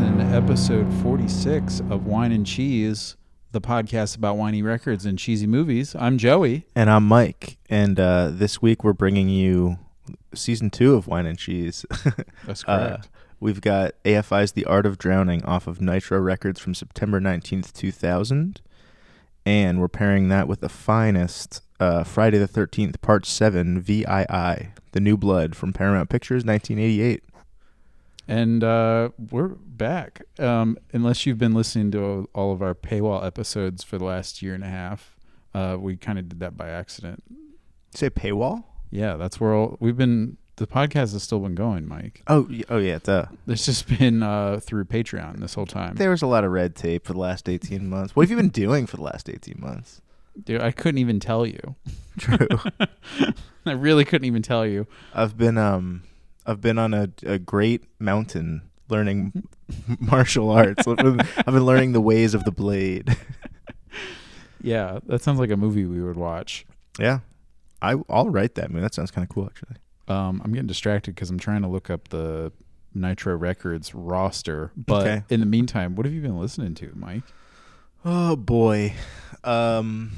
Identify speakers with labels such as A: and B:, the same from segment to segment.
A: episode 46 of Wine and Cheese, the podcast about whiny records and cheesy movies. I'm Joey.
B: And I'm Mike, and uh, this week we're bringing you season two of Wine and Cheese.
A: That's
B: Uh, we've got AFI's The Art of Drowning off of Nitro Records from September 19th, 2000. And we're pairing that with the finest uh, Friday the 13th, Part 7, VII, The New Blood from Paramount Pictures, 1988.
A: and uh, we're back. Um, unless you've been listening to all of our paywall episodes for the last year and a half, uh, we kind of did that by accident.
B: Say paywall?
A: Yeah, that's where all, we've been. The podcast has still been going, Mike.
B: Oh, y- oh yeah. Duh.
A: There's just been uh, through Patreon this whole time.
B: There was a lot of red tape for the last 18 months. What have you been doing for the last 18 months?
A: Dude, I couldn't even tell you.
B: True.
A: I really couldn't even tell you.
B: I've been um I've been on a, a great mountain learning martial arts. I've been I've been learning the ways of the blade.
A: Yeah, that sounds like a movie we would watch.
B: Yeah. I I'll write that movie. That sounds kind of cool actually.
A: Um, I'm getting distracted because I'm trying to look up the Nitro Records roster. But
B: Okay.
A: in the meantime, what have you been listening to, Mike?
B: Oh boy. Um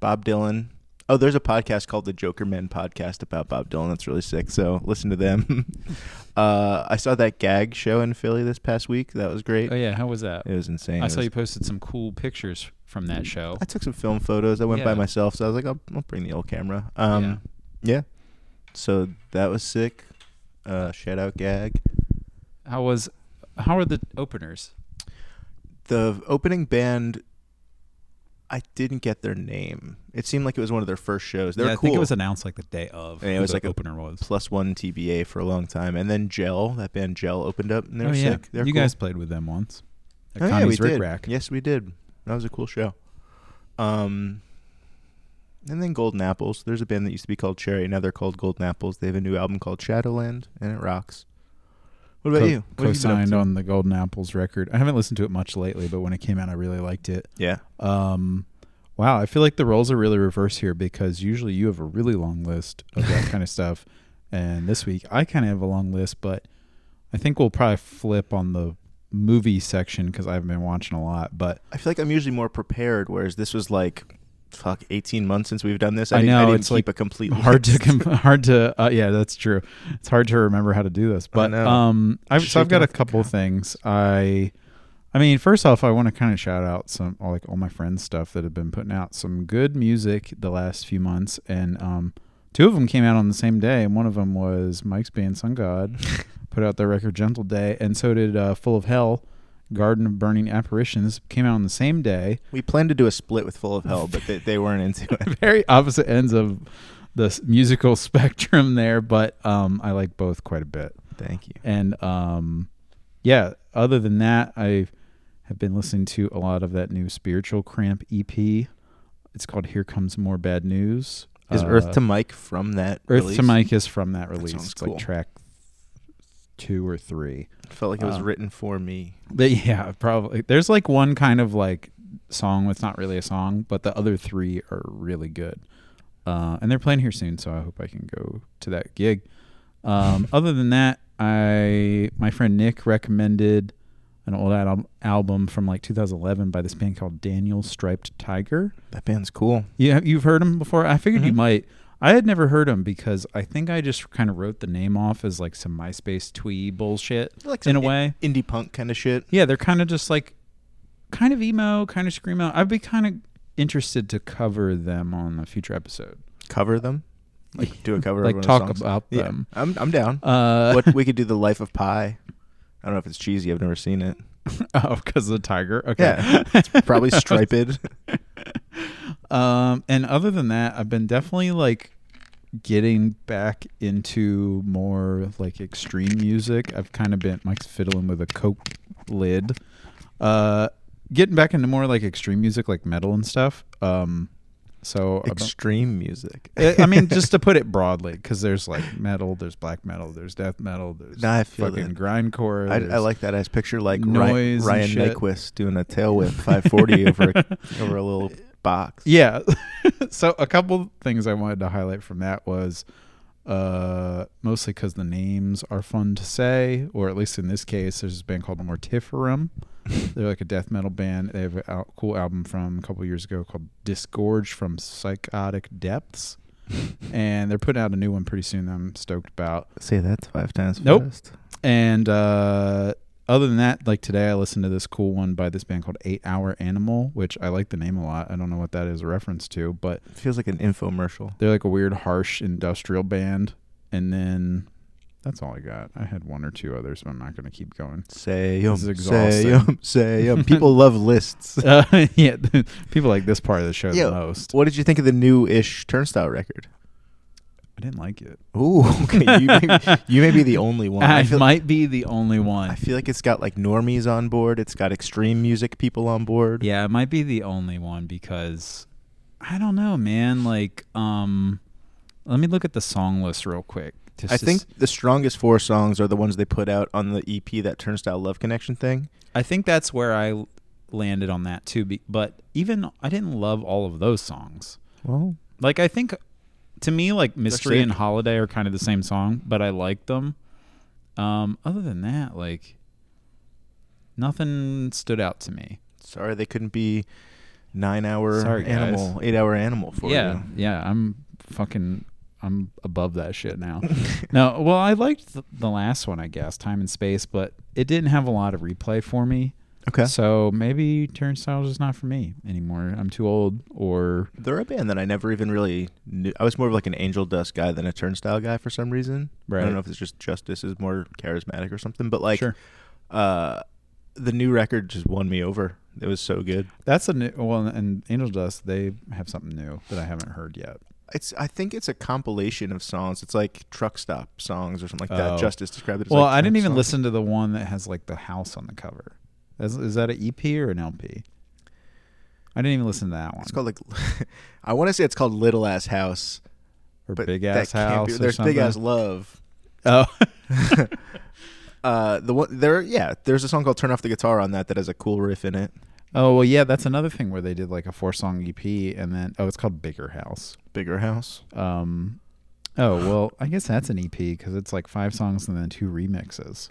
B: Bob Dylan. Oh, there's a podcast called the Joker Men podcast about Bob Dylan. That's really sick. So listen to them. uh, I saw that gag show in Philly this past week. That was great.
A: Oh yeah, how was that?
B: It was insane.
A: I
B: It
A: saw
B: was-
A: you posted some cool pictures from that show.
B: I took some film photos. I went by
A: Yeah.
B: myself, so I was like, I'll, I'll bring the old camera. Um, yeah. So that was sick. Uh, shout out gag.
A: How was? How are the openers?
B: The opening band. I didn't get their name. It seemed like it was one of their first shows. They
A: yeah,
B: were
A: I
B: cool.
A: think it was announced like the day of.
B: Yeah, it
A: who
B: was
A: the
B: like a
A: opener was.
B: plus one TBA for a long time, and then Gel, that band Gel, opened up, and they were
A: oh yeah,
B: sick. They were
A: you
B: cool.
A: guys played with them once. At
B: Oh, yeah, we
A: Connie's Rick
B: did.
A: Rack.
B: Yes, we did. That was a cool show. Um, and then Golden Apples. There's a band that used to be called Cherry. Now they're called Golden Apples. They have a new album called Shadowland, and it rocks. What about
A: Co-
B: you? What have you been up
A: Co-signed
B: to?
A: on the Golden Apples record. I haven't listened to it much lately, but when it came out, I really liked it.
B: Yeah.
A: Um, wow, I feel like the roles are really reversed here because usually you have a really long list of that kind of stuff, and this week I kind of have a long list, but I think we'll probably flip on the movie section because I've been watching a lot. But
B: I feel like I'm usually more prepared, whereas this was like, fuck, 18 months since we've done this. I,
A: I
B: didn't, I
A: know,
B: didn't
A: it's
B: keep
A: like
B: a complete
A: hard to
B: list.
A: com- hard to uh, yeah, that's true. It's hard to remember how to do this, but
B: know.
A: um, I've, so I've
B: Shaking
A: got a
B: off the
A: couple things. I I mean, first off, I want to kind of shout out some all- like all my friends' stuff that have been putting out some good music the last few months, and um, two of them came out on the same day, and one of them was Mike's band Sun God put out their record Gentle Day, and so did uh, Full of Hell. Garden of Burning Apparitions came out on the same day.
B: We planned to do a split with Full of Hell, but they, they weren't into it.
A: very opposite ends of the s- musical spectrum there, but um, I like both quite a bit.
B: Thank you.
A: And um, yeah, other than that, I have been listening to a lot of that new Spiritual Cramp EP. It's called "Here Comes More Bad News."
B: Is
A: Uh,
B: Earth to Mike from that?
A: Earth
B: release?
A: to Mike is from that release,
B: sounds
A: It's like
B: cool.
A: track two or three.
B: Felt like it was
A: Um,
B: written for me.
A: But yeah, probably there's like one kind of like song that's not really a song, but the other three are really good. Uh, and they're playing here soon, so I hope I can go to that gig. Um, other than that, I my friend Nick recommended an old al- album from like 2011 by this band called Daniel Striped Tiger.
B: That band's cool.
A: You you've heard him before? I figured you
B: Mhm.
A: might. I had never heard him because I think I just kind of wrote the name off as like some MySpace twee bullshit
B: Like
A: in a way.
B: indie punk kind of shit.
A: Yeah, they're kind of just like kind of emo, kind of screamo. I'd be kind of interested to cover them on a future episode.
B: Cover them, like do a cover, of
A: like
B: one of
A: talk
B: the songs.
A: about
B: Yeah,
A: them.
B: I'm I'm down.
A: Uh
B: what we could do the life of Pi. I don't know if it's cheesy. I've never seen it.
A: oh, cuz of the tiger. Okay.
B: Yeah, it's probably striped.
A: Um and other than that, I've been definitely like getting back into more like extreme music. I've kind of been Mike's fiddling with a coke lid. Uh getting back into more like extreme music like metal and stuff. Um so I've been-
B: Extreme music.
A: Uh, I I mean, just to put it broadly, because there's like metal, there's black metal, there's death metal, there's
B: No, I feel
A: fucking
B: that.
A: grindcore.
B: I, I
A: there's-
B: like that. I just picture like Ry-
A: Noise and
B: Ryan
A: shit.
B: Nyquist doing a tail whip 540 over a- over a little box.
A: Yeah. so a couple things I wanted to highlight from that was uh, mostly because the names are fun to say, or at least in this case, there's this band called Mortiferum. They're like a death metal band. They have a al- cool album from a couple years ago called Disgorge from Psychotic Depths. and they're putting out a new one pretty soon that I'm stoked about.
B: Say that five times
A: Nope.
B: fast.
A: And uh, other than that, like today, I listened to this cool one by this band called Eight Hour Animal, which I like the name a lot. I don't know what that is a reference to, but
B: Feels like an infomercial.
A: they're like a weird, harsh industrial band. And then that's all I got. I had one or two others, but I'm not going to keep going.
B: Say um,
A: This is
B: say
A: exhausting.
B: um, say um. People love lists.
A: Uh, yeah, people like this part of the show
B: Yo.
A: the most.
B: What did you think of the new-ish Turnstile record?
A: I didn't like it.
B: Ooh, okay. You may be, you may be the only one.
A: I,
B: I feel,
A: might be the only one.
B: I feel like it's got like normies on board. It's got extreme music people on board.
A: Yeah, it might be the only one because I don't know, man. Like, um, let me look at the song list real quick. Just
B: I
A: to
B: think
A: s-
B: the strongest four songs are the ones they put out on the EP that Turnstile Love Connection thing.
A: I think that's where I l- landed on that too. be- But even I didn't love all of those songs.
B: Well,
A: Like, I think to me, like Mystery
B: sick.
A: and Holiday are kind of the same song, but I like them. Um, other than that, like nothing stood out to me.
B: sorry they couldn't be nine-hour
A: Sorry, guys.
B: animal, eight-hour animal for
A: yeah,
B: you.
A: yeah. I'm fucking. I'm above that shit now. no, well, I liked th- the last one, I guess, Time and Space, but it didn't have a lot of replay for me.
B: Okay.
A: So maybe Turnstile's just not for me anymore. I'm too old, or
B: They're a band that I never even really knew. I was more of like an Angel Dust guy than a Turnstile guy for some reason. I
A: Right.
B: don't know if it's just Justice is more charismatic or something, but like
A: Sure.
B: uh, the new record just won me over. It was so good.
A: that's a new. Well, and Angel Dust, they have something new that I haven't heard yet.
B: It's I think it's a compilation of songs. It's like truck stop songs or something like that.
A: Oh.
B: Justice described it. As
A: well,
B: like
A: I didn't
B: truck
A: even
B: songs.
A: listen to the one that has like the house on the cover. Is, is that an EP or an LP? I didn't even listen to that one.
B: It's called like I want to say it's called Little Ass House,
A: or
B: but
A: Big Ass
B: that can't
A: House.
B: Be,
A: or
B: there's Big
A: something.
B: Ass Love.
A: Oh,
B: Uh, the one there, yeah. There's a song called "Turn Off the Guitar" on that that has a cool riff in it.
A: oh well, yeah. That's another thing where they did like a four song EP, and then oh, it's called Bigger House.
B: Bigger house.
A: Um, oh well, I guess that's an EP because it's like five songs and then two remixes.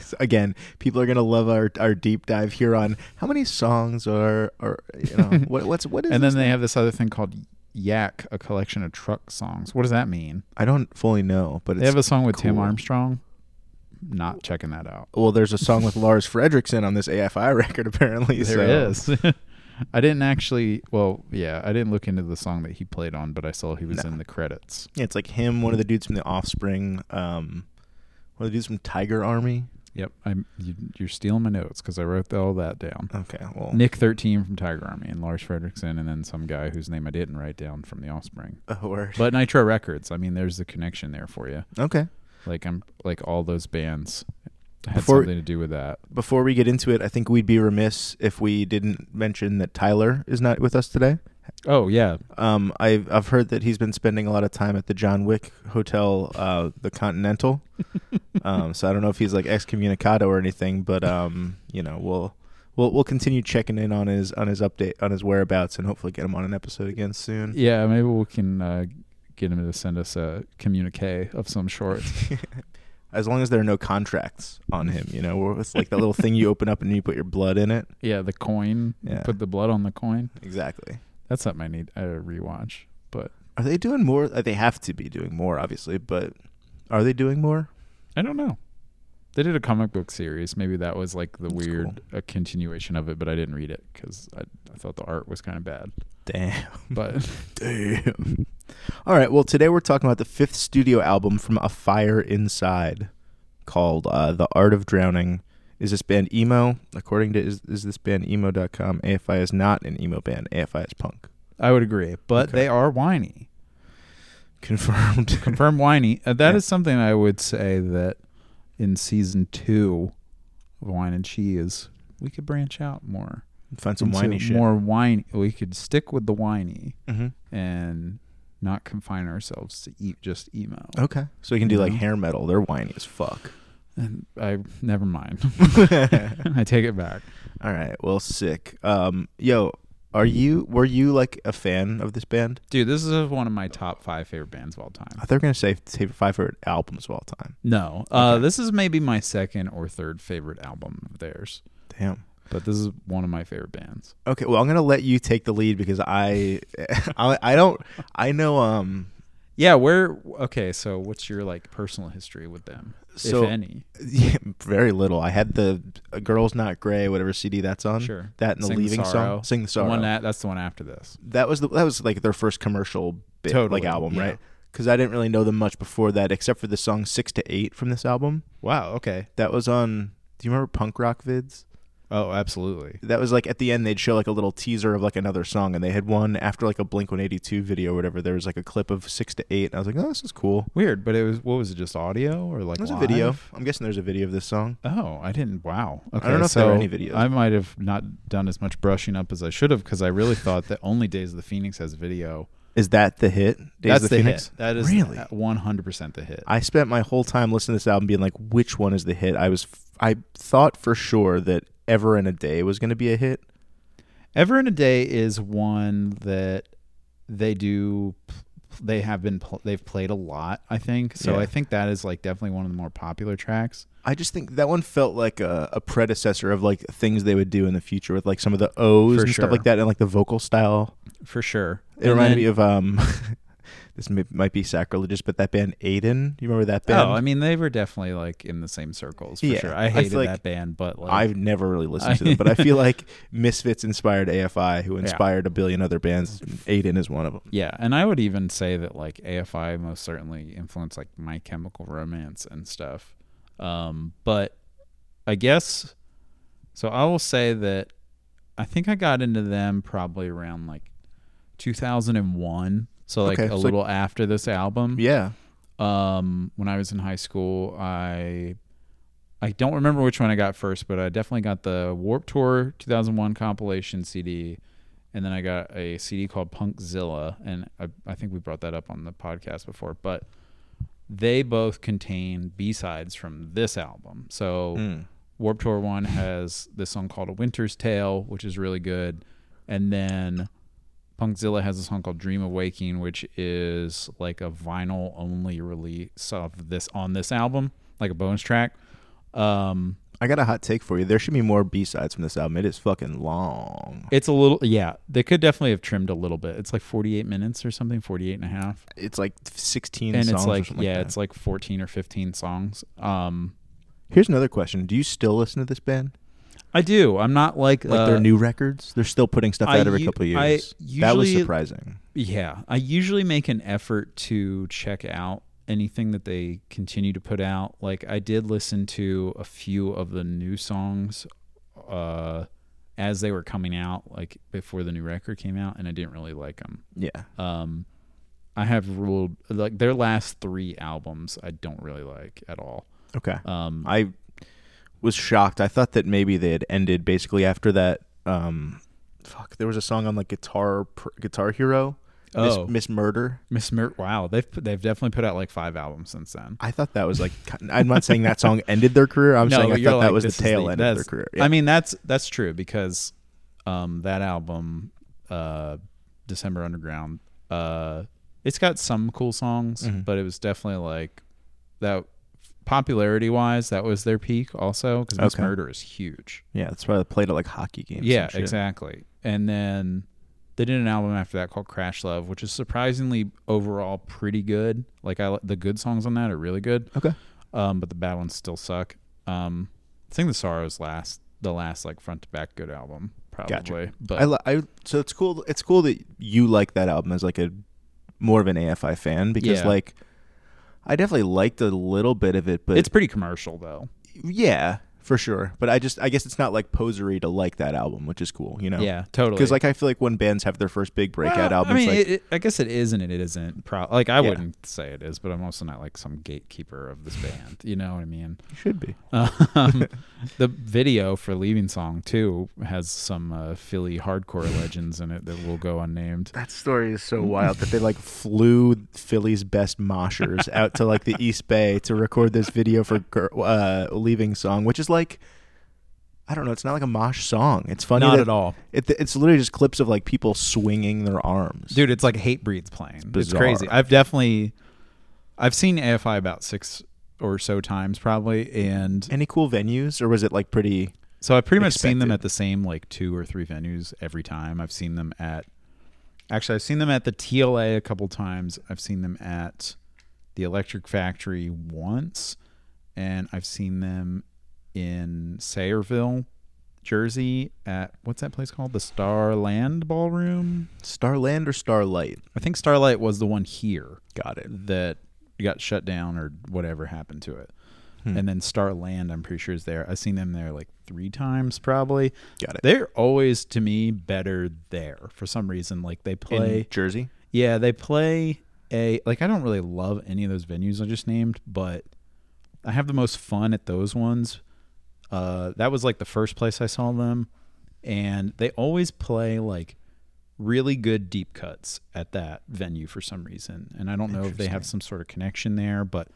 B: So again, people are gonna love our, our deep dive here on how many songs are are you know what what's what is
A: and
B: this
A: then they have this other thing called Yak, a collection of truck songs. What does that mean?
B: I don't fully know, but
A: They
B: it's
A: have a song with Tim
B: cool.
A: Armstrong. Not checking that out.
B: well, there's a song with Lars Fredriksson on this AFI record apparently.
A: There it is. I didn't actually. Well, yeah, I didn't look into the song that he played on, but I saw he was
B: No.
A: in the credits.
B: Yeah, it's like him, one of the dudes from the Offspring, um, one of the dudes from Tiger Army.
A: Yep, I'm. You, you're stealing my notes because I wrote all that down.
B: Okay, well,
A: Nick thirteen from Tiger Army and Lars Fredrickson, and then some guy whose name I didn't write down from The Offspring.
B: a word.
A: But Nitro Records, I mean, there's the connection there for you.
B: Okay.
A: Like I'm like all those bands had
B: Before-
A: something to do with that.
B: Before we get into it, I think we'd be remiss if we didn't mention that Tyler is not with us today.
A: Oh yeah,
B: Um, I've I've heard that he's been spending a lot of time at the John Wick Hotel, uh, the Continental. um, so I don't know if he's like excommunicado or anything, but um, you know, we'll we'll we'll continue checking in on his on his update on his whereabouts and hopefully get him on an episode again soon.
A: yeah. Maybe we can uh, get him to send us a communique of some sort.
B: As long as there are no contracts on him, you know, where it's like that little thing you open up and you put your blood in it.
A: yeah, the coin.
B: Yeah.
A: Put the blood on the coin.
B: Exactly.
A: That's something I need a rewatch. But
B: Are they doing more? uh, They have to be doing more, obviously, but are they doing more?
A: I don't know. They did a comic book series. Maybe that was like the
B: That's
A: weird a continuation of it, but I didn't read it because I, I thought the art was kind of bad.
B: Damn.
A: But
B: Damn. All right. Well, today we're talking about the fifth studio album from A Fire Inside called uh, The Art of Drowning. Is this band emo? According to is, is this band emo.com, AFI is not an emo band. AFI is punk.
A: I would agree. But
B: Okay.
A: they are whiny.
B: Confirmed.
A: Confirm whiny. Uh, that is
B: Yeah.
A: something I would say that in season two of Wine and Cheese, we could branch out more.
B: Find some
A: into
B: whiny shit.
A: More Mm-hmm. whiny. We could stick with the whiny
B: Mhm.
A: and not confine ourselves to eat just emo.
B: Okay. So we can do like
A: Yeah.
B: hair metal. They're whiny as fuck.
A: And I never mind. I take it back.
B: All right. Well, sick. Um, yo, Are you were you like a fan of this band?
A: Dude, this is one of my top five favorite bands of all time.
B: I thought you were gonna say favorite five favorite albums of all time.
A: No, uh, this is maybe my second or third favorite album of theirs,
B: Damn.
A: but this is one of my favorite bands.
B: Okay, well I'm gonna let you take the lead because I, I, I don't, I know. Um,
A: Yeah, where? Okay, so what's your like personal history with them,
B: So-
A: if any?
B: yeah, very little. I had the uh, "Girls Not Gray" whatever CD that's on.
A: Sure.
B: That and the
A: Sing the
B: Leaving
A: Sorrow.
B: song, "Sing the
A: The
B: Sorrow."
A: one
B: that,
A: that that's the one after this.
B: was the, that was like their first commercial bit,
A: Totally,
B: like album,
A: yeah.
B: right? Because I didn't really know them much before that, except for the song six to eight from this album.
A: Wow. Okay.
B: That was on. Do you remember punk rock vids?
A: Oh, absolutely.
B: That was like at the end they'd show like a little teaser of like another song, and they had one after like a Blink One Eighty Two video or whatever. There was like a clip of six to eight, and I was like, oh, this is cool.
A: Weird, but it was what was it? Just audio or like
B: There's
A: live?
B: a video. I'm guessing there's a video of this song.
A: Oh, I didn't. Wow. Okay,
B: don't know if
A: so
B: there were any videos.
A: I might have not done as much brushing up as I should have because I really thought that only Days of the Phoenix has video.
B: Is that the hit? Days
A: That's
B: of the, Phoenix?
A: hit. That is
B: Really?
A: one hundred percent the hit.
B: I spent my whole time listening to this album being like, which one is the hit? I was, f- I thought for sure that Ever in a Day was going to be a hit.
A: Ever in a Day is one that they do. They have been. pl- They've played a lot. I think so.
B: Yeah.
A: I think that is like definitely one of the more popular tracks.
B: I just think that one felt like a, a predecessor of like things they would do in the future with like some of the O's
A: For
B: and
A: sure.
B: stuff like that and like the vocal style.
A: for sure.
B: It reminded me of, um, this may, might be sacrilegious, but that band Aiden. You remember that band?
A: Oh, I mean, they were definitely like in the same circles for
B: Yeah,
A: sure.
B: I
A: I
B: feel
A: hated
B: like
A: that band, but like,
B: I've never really listened to them, but I feel like Misfits inspired AFI, who inspired a billion other bands. Aiden is one of them.
A: yeah, and I would even say that like AFI most certainly influenced like My Chemical Romance and stuff. Um, but I guess so. I will say that I think I got into them probably around like 2001, so like
B: Okay,
A: a
B: so-
A: little after this album.
B: Yeah.
A: um, when I was in high school. I I don't remember which one I got first, but I definitely got the Warp Tour 2001 compilation CD, and then I got a CD called Punkzilla, and I, I think we brought that up on the podcast before, but they both contain B sides from this album. So
B: Hmm.
A: Warp Tour one has this song called A Winter's Tale, which is really good, and then Punkzilla has a song called Dream of Waking, which is like a vinyl only release of this on this album, like a bonus track. Um,
B: I got a hot take for you. There should be more B sides from this album. It is fucking long.
A: it's a little, yeah, they could definitely have trimmed a little bit. It's like 48 minutes or something, 48 and a half.
B: It's like sixteen
A: And
B: songs.
A: it's
B: or
A: like,
B: something
A: yeah,
B: that.
A: it's like 14 or 15 songs. Um,
B: Here's another question: Do you still listen to this band?
A: I do. I'm not like,
B: Like
A: uh,
B: their new records? They're still putting stuff
A: I
B: out every
A: u-
B: couple of
A: I
B: years. that was
A: usually-
B: surprising.
A: Yeah, I usually make an effort to check out anything that they continue to put out. Like I did listen to a few of the new songs uh as they were coming out like before the new record came out and I didn't really like them.
B: Yeah.
A: Um I have ruled like their last 3 albums I don't really like at all.
B: Okay.
A: Um
B: I was shocked. I thought that maybe they had ended basically after that. Um, fuck, there was a song on like Guitar Pr- Guitar Hero, Miss,
A: Oh.
B: Miss Murder.
A: Miss Mer- wow, they've put, they've definitely put out like 5 albums since then.
B: I thought that was like. I'm not saying that song ended their career. I'm saying I
A: you're
B: thought that
A: like,
B: was the
A: this is
B: tail end of their
A: that's-
B: career.
A: I mean, that's that's true because um, that album, uh, December Underground, uh, it's got some cool songs,
B: Mm-hmm.
A: but it was definitely like that popularity wise, that was their peak also because Miss
B: Okay.
A: Murder is huge.
B: yeah, that's why they played at like hockey games. and
A: Yeah,
B: shit.
A: exactly. And then they did an album after that called Crash Love, which is surprisingly overall pretty good. Like I, li- the good songs on that are really good
B: Okay.
A: um, but the bad ones still suck. Um, Sing the Sorrows last, the last like front to back good album, probably.
B: Gotcha.
A: But
B: I, li- I so it's cool. It's cool that you like that album as like a more of an AFI fan because
A: Yeah.
B: like I definitely liked a little bit of it, but
A: it's pretty commercial though.
B: yeah, for sure. But I just I guess it's not like posery to like that album, which is cool, you know?
A: Yeah, totally.
B: Because like I feel like when bands have their first big breakout
A: Well,
B: album,
A: I mean,
B: it's like
A: it, it- I guess it is and it isn't. Pro- like I
B: Yeah.
A: wouldn't say it is, but I'm also not like some gatekeeper of this band. You know what I mean?
B: it should be.
A: Um, the video for "Leaving Song" too has some uh, Philly hardcore legends in it that will go unnamed.
B: That story is so wild that they like flew Philly's best moshers out to like the East Bay to record this video for Gir- uh, leaving song, which is like I don't know. It's not like a mosh song. It's funny.
A: Not
B: that
A: at all.
B: It, it's literally just clips of like people swinging their arms.
A: dude it's like hate breeds playing it's,
B: bizarre.
A: crazy i've definitely i've seen afi about six or so times probably and
B: Any cool venues, or was it like pretty?
A: so i've pretty much seen them
B: Expected.
A: at the same like two or three venues every time i've seen them at actually i've seen them at the tla a couple times i've seen them at the electric factory once and i've seen them in sayreville jersey at what's that place called the starland ballroom
B: Starland or Starlight?
A: i think starlight was the one here
B: Got it.
A: that got shut down or whatever happened to it.
B: Hmm.
A: And then Starland, I'm pretty sure is there. I've seen them there like three times probably.
B: Got it.
A: They're always to me better there for some reason. Like they play,
B: In Jersey.
A: yeah, they play a like I don't really love any of those venues I just named, but I have the most fun at those ones. Uh, that was like the first place I saw them, and they always play like really good deep cuts at that venue for some reason. And I don't know if they have some sort of connection there, but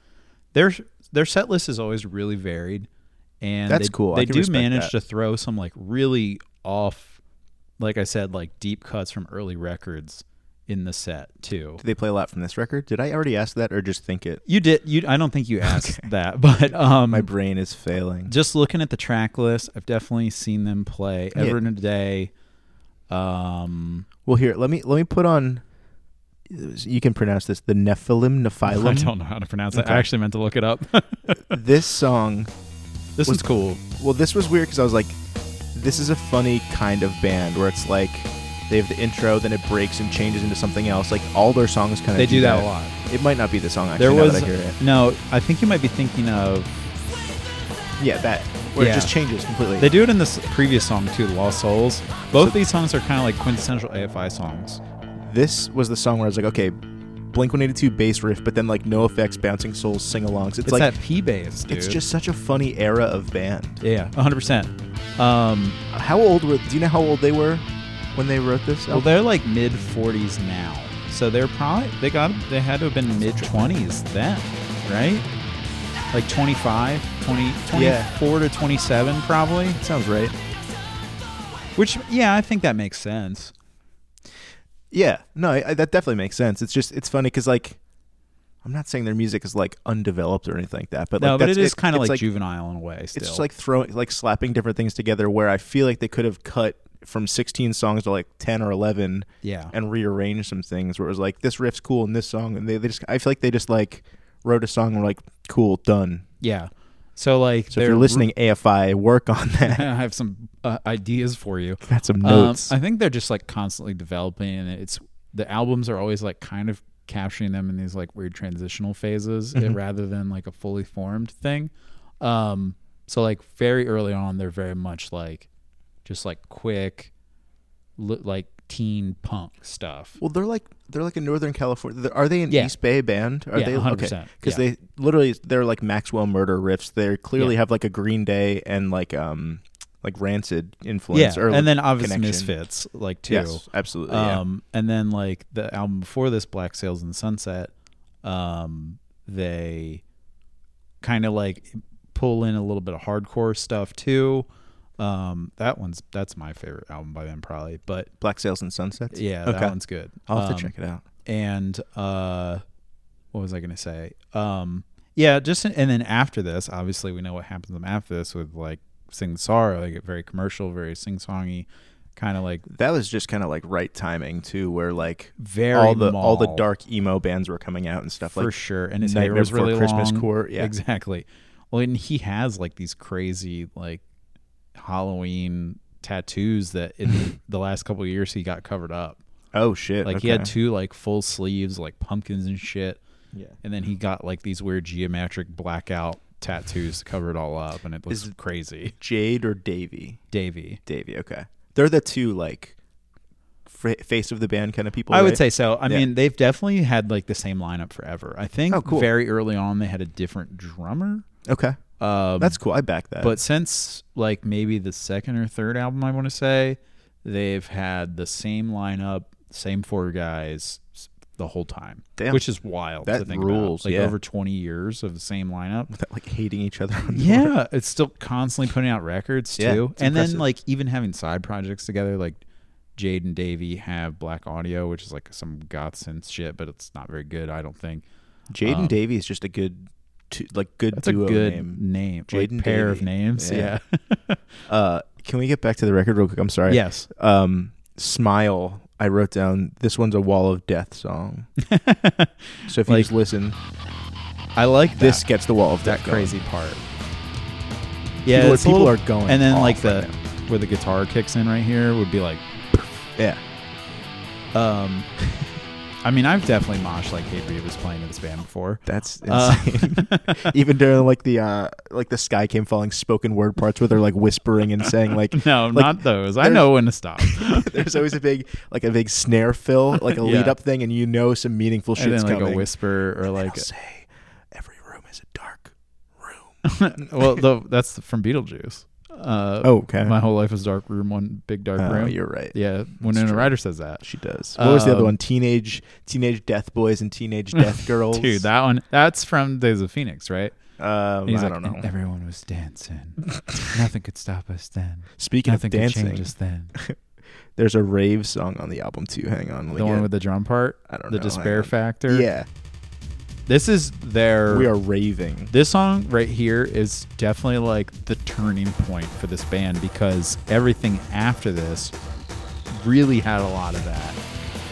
A: their their set list is always really varied, and
B: That's
A: they,
B: cool. I
A: They
B: can
A: do
B: respect
A: manage
B: that.
A: to throw some like really off, like I said, like deep cuts from early records in the set too.
B: Do they play a lot from this record? Did I already ask that, or just think it?
A: You did you? I don't think you asked that, but um,
B: My brain is failing.
A: just looking at the track list, I've definitely seen them play
B: Yeah.
A: Ever and a Day. Um,
B: Well, here let me let me put on. You can pronounce this the Nephilim
A: I
B: Nephilim.
A: don't know how to pronounce that.
B: Okay.
A: I actually meant to look it up.
B: This song
A: this was
B: Was-
A: cool.
B: Well, this was weird because I was like, this is a funny kind of band where it's like they have the intro, then it breaks and changes into something else. Like all their songs kind of
A: They do that a lot.
B: It might not be the song actually.
A: There
B: now
A: was
B: that I hear it.
A: no. I think you might be thinking of
B: yeah that where it
A: Yeah.
B: just changes completely.
A: They do it in this previous song too, Lost Souls. Both these songs are kind of like quintessential AFI songs.
B: this was the song where I was like, okay, Blink 182 bass riff, but then like no effects, bouncing souls, sing alongs. It's,
A: It's
B: like
A: that P bass, dude.
B: it's just such a funny era of band.
A: yeah, 100. percent Um,
B: How old were? Do you know how old they were when they wrote this?
A: well,
B: album?
A: they're like mid 40s now, so they're probably they got they had to have been mid 20s then, right? Like 25, 20, 24
B: Yeah.
A: to 27 probably.
B: sounds right.
A: Which yeah, I think that makes sense.
B: Yeah, no, I, I- that definitely makes sense. It's just it's funny because like, I'm not saying their music is like undeveloped or anything like that, but like,
A: no, but
B: that's-
A: it is kind of
B: it's
A: like, juvenile in a way. Still,
B: it's just like throwing like slapping different things together. Where I feel like they could have cut from 16 songs to like 10 or 11
A: yeah,
B: and rearranged some things. Where it was like this riff's cool and this song, and they, they just I feel like they just like wrote a song and were like cool done.
A: yeah. So like,
B: So if you're
A: they're-
B: listening, AFI, work on that.
A: I have some uh, ideas for you.
B: Got some
A: Um,
B: notes.
A: I think they're just like constantly developing, and it's the albums are always like kind of capturing them in these like weird transitional phases eh, rather than like a fully formed thing. Um, so like very early on, they're very much like just like quick, li- like teen punk stuff.
B: Well, they're like they're like a Northern California. Are they an
A: Yeah.
B: East Bay band? Are
A: Yeah,
B: they
A: 100%,
B: Because
A: yeah.
B: they literally they're like Maxwell Murder riffs. They clearly have like a Green Day and like um like Rancid influence. or
A: and then obviously
B: connection.
A: Misfits, like too.
B: Yes, absolutely. yeah.
A: Um, and then like the album before this, Black Sails and Sunset, um, they kind of like pull in a little bit of hardcore stuff too. Um, that one's that's my favorite album by them probably, but
B: Black Sails and Sunsets.
A: yeah,
B: Okay.
A: that one's good.
B: I'll have
A: Um,
B: to check it out.
A: And uh, what was I gonna say? Um, yeah, just and then after this, obviously we know what happens after this with like Sing Sorrow. They get very commercial, very sing songy, kind of like
B: That was just kind of like right timing too, where like
A: very
B: all the all the
A: mall.
B: dark emo bands were coming out and stuff
A: for
B: like.
A: sure. And his hair
B: Nightmare
A: was
B: Before
A: really
B: Christmas
A: long.
B: Court, yeah.
A: exactly. Well, and he has like these crazy like Halloween tattoos that in the last couple of years he got covered up.
B: Oh shit!
A: Like he had
B: okay.
A: two like full sleeves, like pumpkins and shit.
B: Yeah.
A: And then he got like these weird geometric blackout tattoos to cover it all up, and it looks
B: Is-
A: crazy.
B: Jade or Davy.
A: Davey.
B: Davy. Okay. They're the two like. fra- Face of the band, kind of people.
A: I
B: right?
A: would say so. I
B: Yeah.
A: mean, they've definitely had like the same lineup forever. I think
B: Oh, cool.
A: very early on they had a different drummer.
B: Okay,
A: Um,
B: that's cool. I back that.
A: but since like maybe the second or third album i want to say they've had the same lineup same four guys s- the whole time,
B: Damn.
A: which is wild. to
B: That
A: think
B: rules,
A: About. Like
B: yeah.
A: over twenty years of the same lineup.
B: without like hating each other. On the
A: Yeah, it's still constantly putting out records
B: Yeah,
A: too,
B: it's
A: and
B: impressive.
A: then like even having side projects together. Like Jade and Davey have Black Audio, which is like some goth synth shit, but it's not very good, I don't think.
B: Jaden
A: Um,
B: Davey is just a good, two, like good
A: That's
B: duo
A: a good
B: name.
A: name,
B: Jade and
A: like pair
B: Davey.
A: of names.
B: Yeah.
A: Yeah.
B: Uh, can we get back to the record real quick? I'm sorry.
A: yes.
B: Um, Smile. I wrote down this one's a Wall of Death song. so if you
A: Like-
B: just listen,
A: I like
B: this
A: this
B: gets the Wall of
A: that
B: Death. going.
A: crazy part. Yeah,
B: People, are,
A: it's a
B: people
A: little-
B: are going.
A: and then
B: off
A: like the
B: right now.
A: where the guitar kicks in right here would be like
B: yeah.
A: um I mean I've definitely moshed like Kate Reeves playing to this band before.
B: That's
A: Uh,
B: insane. Even during like the uh like the sky came falling spoken word parts where they're like whispering and saying like
A: No,
B: Like,
A: not those. I
B: there's-
A: know when to stop.
B: there's always a big like a big snare fill, like a
A: Yeah.
B: lead up thing and you know some meaningful shit's
A: and then like
B: coming.
A: a whisper or
B: And they'll
A: like
B: say every room is a dark room.
A: well the, that's from Beetlejuice. Uh
B: Oh, okay.
A: my whole life is dark room, one big dark
B: Oh,
A: room.
B: you're right.
A: Yeah, Winona
B: true.
A: Ryder says that.
B: She does. What was the other
A: Um,
B: one? Teenage teenage death boys and teenage death girls.
A: Dude, that one that's from Days of Phoenix, right?
B: um,
A: He's
B: I
A: like,
B: don't
A: "And
B: know.
A: Everyone was dancing. Nothing could stop us then.
B: Speaking of
A: Nothing could change
B: dancing,
A: us then.
B: there's a rave song on the album too. Hang on, let me
A: The one
B: get-
A: with the drum part,
B: I don't
A: the
B: know. hang
A: despair
B: on.
A: factor.
B: Yeah,
A: This is their.
B: we are raving.
A: This song right here is definitely like the turning point for this band because everything after this really had a lot of that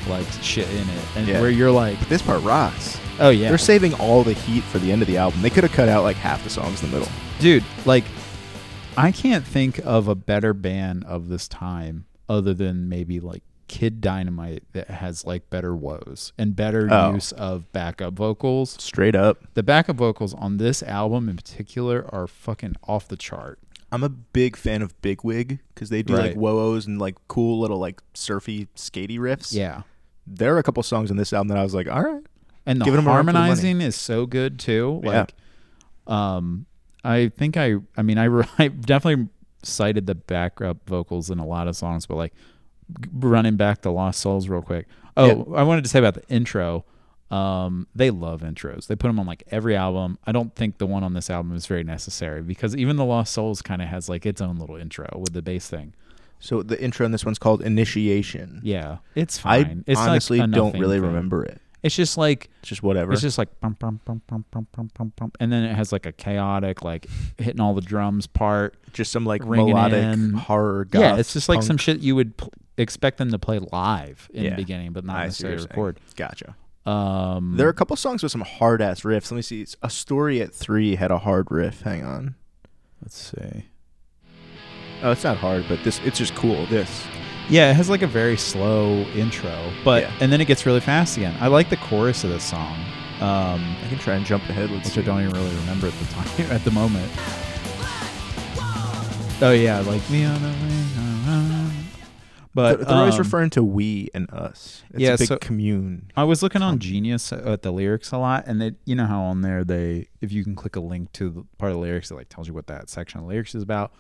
A: like shit in it, and
B: Yeah.
A: where you're like,
B: This part rocks.
A: oh yeah,
B: They're saving all the heat for the end of the album. They could have cut out like half the songs in the middle.
A: dude, like I can't think of a better band of this time other than maybe like Kid Dynamite that has like better woes and better
B: Oh.
A: use of backup vocals.
B: Straight up.
A: the backup vocals on this album in particular are fucking off the chart.
B: I'm a big fan of Bigwig because they do like
A: Right.
B: woos and like cool little like surfy skatey riffs.
A: Yeah.
B: There are a couple songs in this album that I was like, all right.
A: And the
B: Giving 'em a run for the money.
A: harmonizing is so good too.
B: Yeah.
A: Like um I think I I mean I, re- I definitely cited the backup vocals in a lot of songs but like g- running back to Lost Souls real quick. Oh, I wanted to say about the intro. Um they love intros. They put them on like every album. I don't think the one on this album is very necessary because even the Lost Souls kind of has like its own little intro with the bass thing.
B: So the intro on this one's called Initiation.
A: Yeah, it's
B: I
A: fine. it's
B: honestly
A: like a
B: don't
A: nothing
B: really
A: thing.
B: remember it.
A: It's just like
B: It's just whatever.
A: it's just like bum, bum, bum, bum, bum, bum, bum, bum. and then it has like a chaotic like hitting all the drums part.
B: just some like
A: ringing
B: melodic
A: in.
B: horror. Goth
A: yeah, it's just like
B: punk.
A: some shit you would pl- expect them to play live in
B: Yeah.
A: the beginning, but not
B: I see what
A: necessarily
B: you're saying.
A: record.
B: Gotcha.
A: Um,
B: There are a couple songs with some hard ass riffs. Let me see. It's A story at three had a hard riff. Hang on.
A: let's see.
B: Oh, it's not hard, but this it's just cool. This.
A: Yeah, it has like a very slow intro, but
B: Yeah.
A: and then it gets really fast again. I like the chorus of this song, um,
B: I can try and jump ahead.
A: which
B: Let's see.
A: I don't even really remember at the time at the moment. Oh yeah, like me on the wing. But
B: But they're always
A: um,
B: referring to we and us. It's
A: yeah,
B: a big
A: so-
B: commune.
A: I was looking on Genius uh, at the lyrics a lot, and they, you know how on there they, if you can click a link to the part of the lyrics, it like tells you what that section of lyrics is about.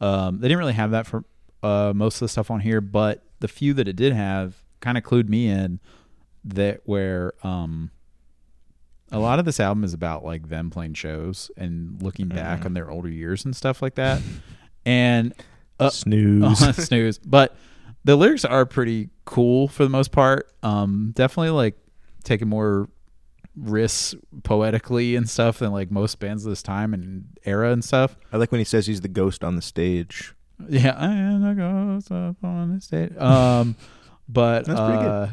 A: Um, they didn't really have that for uh, most of the stuff on here, but the few that it did have kind of clued me in that where um, a lot of this album is about like them playing shows and looking back on their older years and stuff like that, and uh,
B: Snooze.
A: Oh, snooze. But the lyrics are pretty cool for the most part. Um, definitely like taking more risks poetically and stuff than like most bands of this time and era and stuff.
B: I like when he says he's the ghost on the stage.
A: Yeah, I am a ghost up on the stage. Um, but
B: That's
A: uh,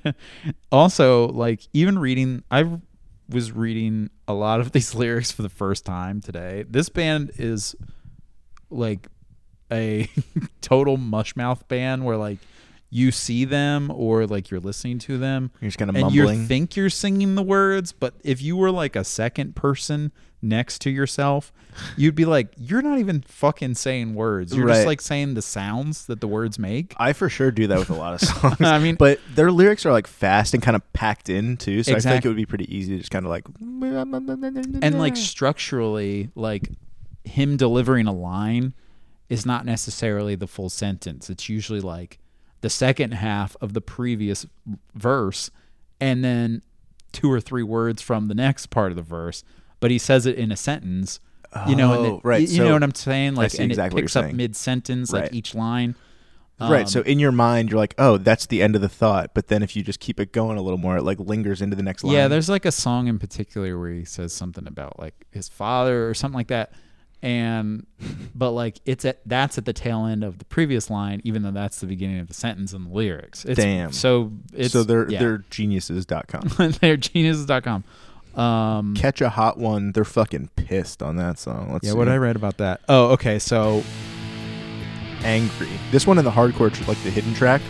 A: also, like even reading, I was reading a lot of these lyrics for the first time today. This band is like a total mushmouth band where like you see them or like you're listening to them
B: You're just kind of
A: and
B: mumbling.
A: you think you're singing the words, but if you were like a second person next to yourself, you'd be like, you're not even fucking saying words. You're
B: Right.
A: just like saying the sounds that the words make.
B: I for sure do that with a lot of songs.
A: I mean-
B: but their lyrics are like fast and kind of packed in too. So I think it
A: Exactly.
B: would be pretty easy to just kind of like
A: And like structurally, like him delivering a line is not necessarily the full sentence. It's usually like the second half of the previous verse and then two or three words from the next part of the verse, but he says it in a sentence. You know, and
B: Oh,
A: it-
B: right,
A: You, you
B: so-
A: know what I'm saying? Like,
B: see
A: and
B: exactly what
A: it picks
B: you're
A: up
B: saying.
A: mid sentence, like
B: Right.
A: each line.
B: right.
A: um,
B: So in your mind, you're like, oh, that's the end of the thought. But then if you just keep it going a little more, it like lingers into the next line.
A: Yeah, there's like a song in particular where he says something about like his father or something like that. And but like it's at that's at the tail end of the previous line, even though that's the beginning of the sentence in the lyrics. It's,
B: Damn.
A: So it's
B: so they're
A: yeah.
B: they're geniuses.com.
A: they're geniuses.com. Um
B: Catch a hot one. They're fucking pissed on that song. Let's
A: Yeah,
B: see.
A: what I read about that. Oh, okay. So
B: angry. This one in the hardcore, tr- like the hidden track,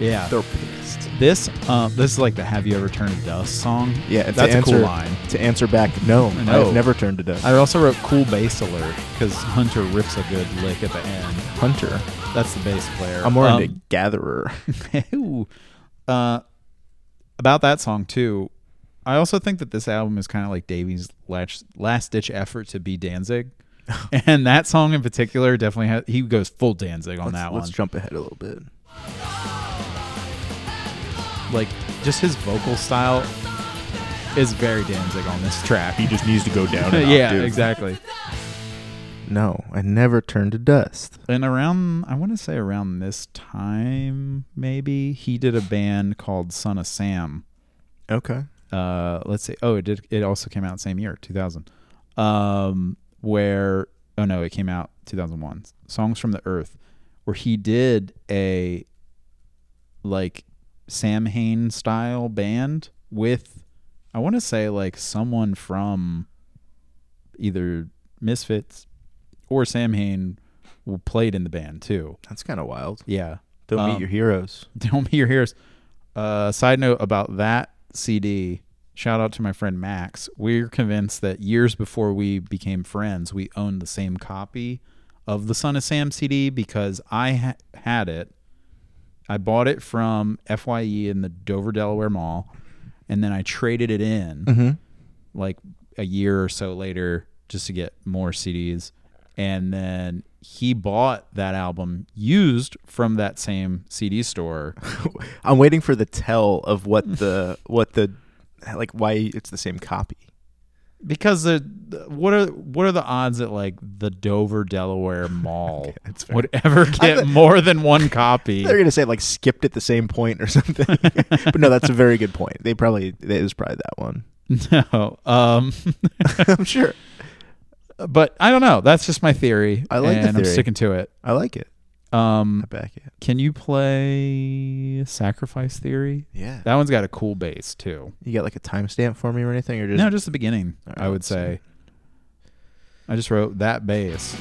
A: yeah.
B: they're pissed.
A: This um this is like the Have You Ever Turned to Dust song.
B: Yeah, and
A: That's
B: to
A: a
B: answer,
A: cool line.
B: To answer back, no,
A: I know.
B: I've never turned to dust.
A: I also wrote cool bass alert because Hunter rips a good lick at the end.
B: Hunter.
A: That's the bass player.
B: I'm more
A: Um,
B: into gatherer.
A: Ooh. Uh, about that song too. I also think that this album is kind of like Davies' last last ditch effort to be Danzig, and that song in particular definitely has, he goes full Danzig on
B: let's,
A: that
B: let's
A: one.
B: jump ahead a little bit.
A: Like just his vocal style is very Danzig on this track.
B: just needs to go down.
A: yeah, exactly.
B: No, I never turned to dust.
A: And around I want to say around this time maybe he did a band called Son of Sam.
B: Okay.
A: uh let's see oh it did it also came out same year 2000 um where oh no it came out 2001 songs from the earth where he did a like sam hain style band with i want to say like someone from either misfits or sam hain w- played in the band too
B: That's kind of wild.
A: yeah
B: They'll meet
A: Um,
B: your heroes.
A: Tell me your heroes. Uh, side note about that CD. Shout out to my friend Max. We're convinced that years before we became friends, we owned the same copy of the Son of Sam CD because I ha- had it. I bought it from FYE in the Dover, Delaware Mall, and then I traded it in like a year or so later just to get more CDs. And then he bought that album used from that same CD store.
B: I'm waiting for the tell of what the what the like why it's the same copy.
A: because the the- what are what are the odds that like the Dover Delaware Mall
B: that's fair.
A: would ever get more than one copy?
B: They're gonna say like skipped at the same point or something. but no, that's a very good point. They probably it was probably that one.
A: No, um,
B: I'm sure.
A: but I don't know. That's just my theory.
B: I like the
A: and I'm
B: theory.
A: sticking to it.
B: I like it. I
A: Um,
B: back it.
A: can you play Sacrifice Theory?
B: Yeah.
A: That one's got a cool bass too.
B: You got like a timestamp for me or anything, or just
A: No, just the beginning.
B: All right,
A: I would
B: let's see.
A: say. I just wrote that bass.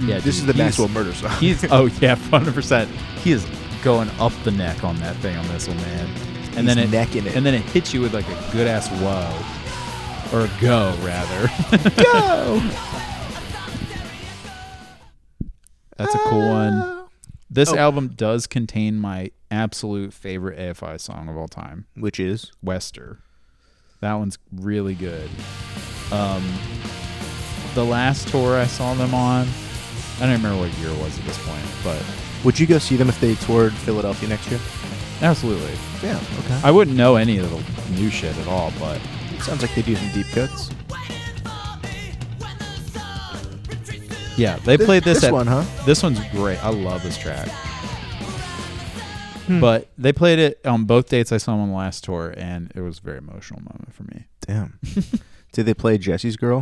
A: Yeah,
B: this is the
A: he's-
B: Maxwell murder song.
A: He's oh yeah, hundred percent. He is going up the neck on that thing on this one, man. And
B: He's
A: then it,
B: necking it.
A: and then it hits you with like a good ass whoa, or go rather. go. That's a cool one. This
B: Oh.
A: album does contain my absolute favorite AFI song of all time,
B: Which is
A: Wester. That one's really good. Um, the last tour I saw them on, I don't remember what year it was at this point, but
B: Would you go see them if they toured Philadelphia next year?
A: Absolutely.
B: Yeah, okay.
A: I wouldn't know any of the new shit at all, but
B: Sounds like they do some deep cuts.
A: yeah, they
B: This-
A: played this.
B: this
A: at,
B: one, huh?
A: This one's great. I love this track.
B: Hmm.
A: But they played it on both dates I saw them on the last tour, and it was a very emotional moment for me.
B: Damn. Did they play Jesse's Girl?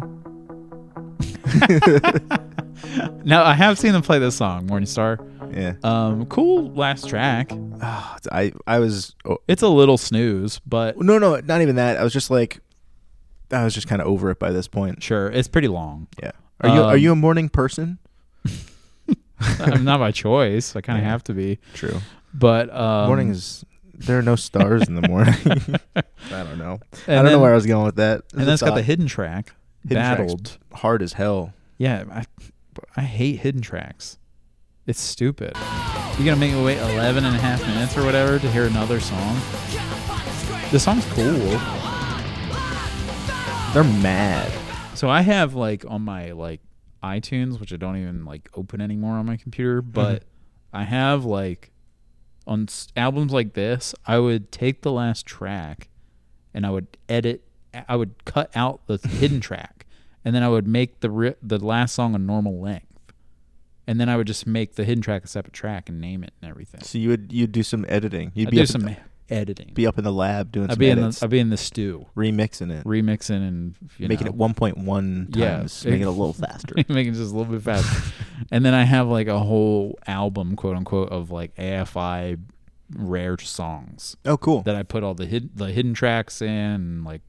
A: Now I have seen them play this song, Morningstar.
B: Yeah.
A: Um, cool last track.
B: Ah, it's- I I was oh,
A: It's a little snooze, but
B: no no not even that. I was just like I was just kind of over it by this point.
A: sure, it's pretty long.
B: Yeah. Are you are
A: Um,
B: you a morning person?
A: I'm not by choice. I kind of
B: Yeah.
A: have to be,
B: True.
A: but um,
B: morning is there are no stars in the morning. I don't know. I
A: then-
B: don't know where I was going with that.
A: and then it's got the hidden track,
B: Hidden tracks.
A: battled.
B: hard as hell.
A: Yeah, I, I hate hidden tracks. It's stupid. You're going to make me wait 11 and a half minutes or whatever to hear another song? The song's cool.
B: They're mad.
A: So I have like on my like
B: Mm-hmm.
A: iTunes, which I don't even like open anymore on my computer, but I have like on s- albums like this, I would take the last track and I would edit I would cut out the hidden track and then I would make the ri- the last song a normal length. And then I would just make the hidden track a separate track and name it and everything.
B: So you would you'd do some editing. You'd
A: I'd
B: be
A: do
B: up
A: some
B: in
A: editing.
B: the, be up in the lab doing
A: I'd
B: some
A: be in the,
B: edits,
A: I'd be in the stew,
B: remixing it,
A: remixing and you
B: making
A: know,
B: it 1.1
A: Yeah.
B: times, making it a little faster.
A: making it just a little bit faster. and then I have like a whole album, quote unquote, of like AFI rare songs
B: oh, cool.
A: that I put all the hid- the hidden tracks in, and like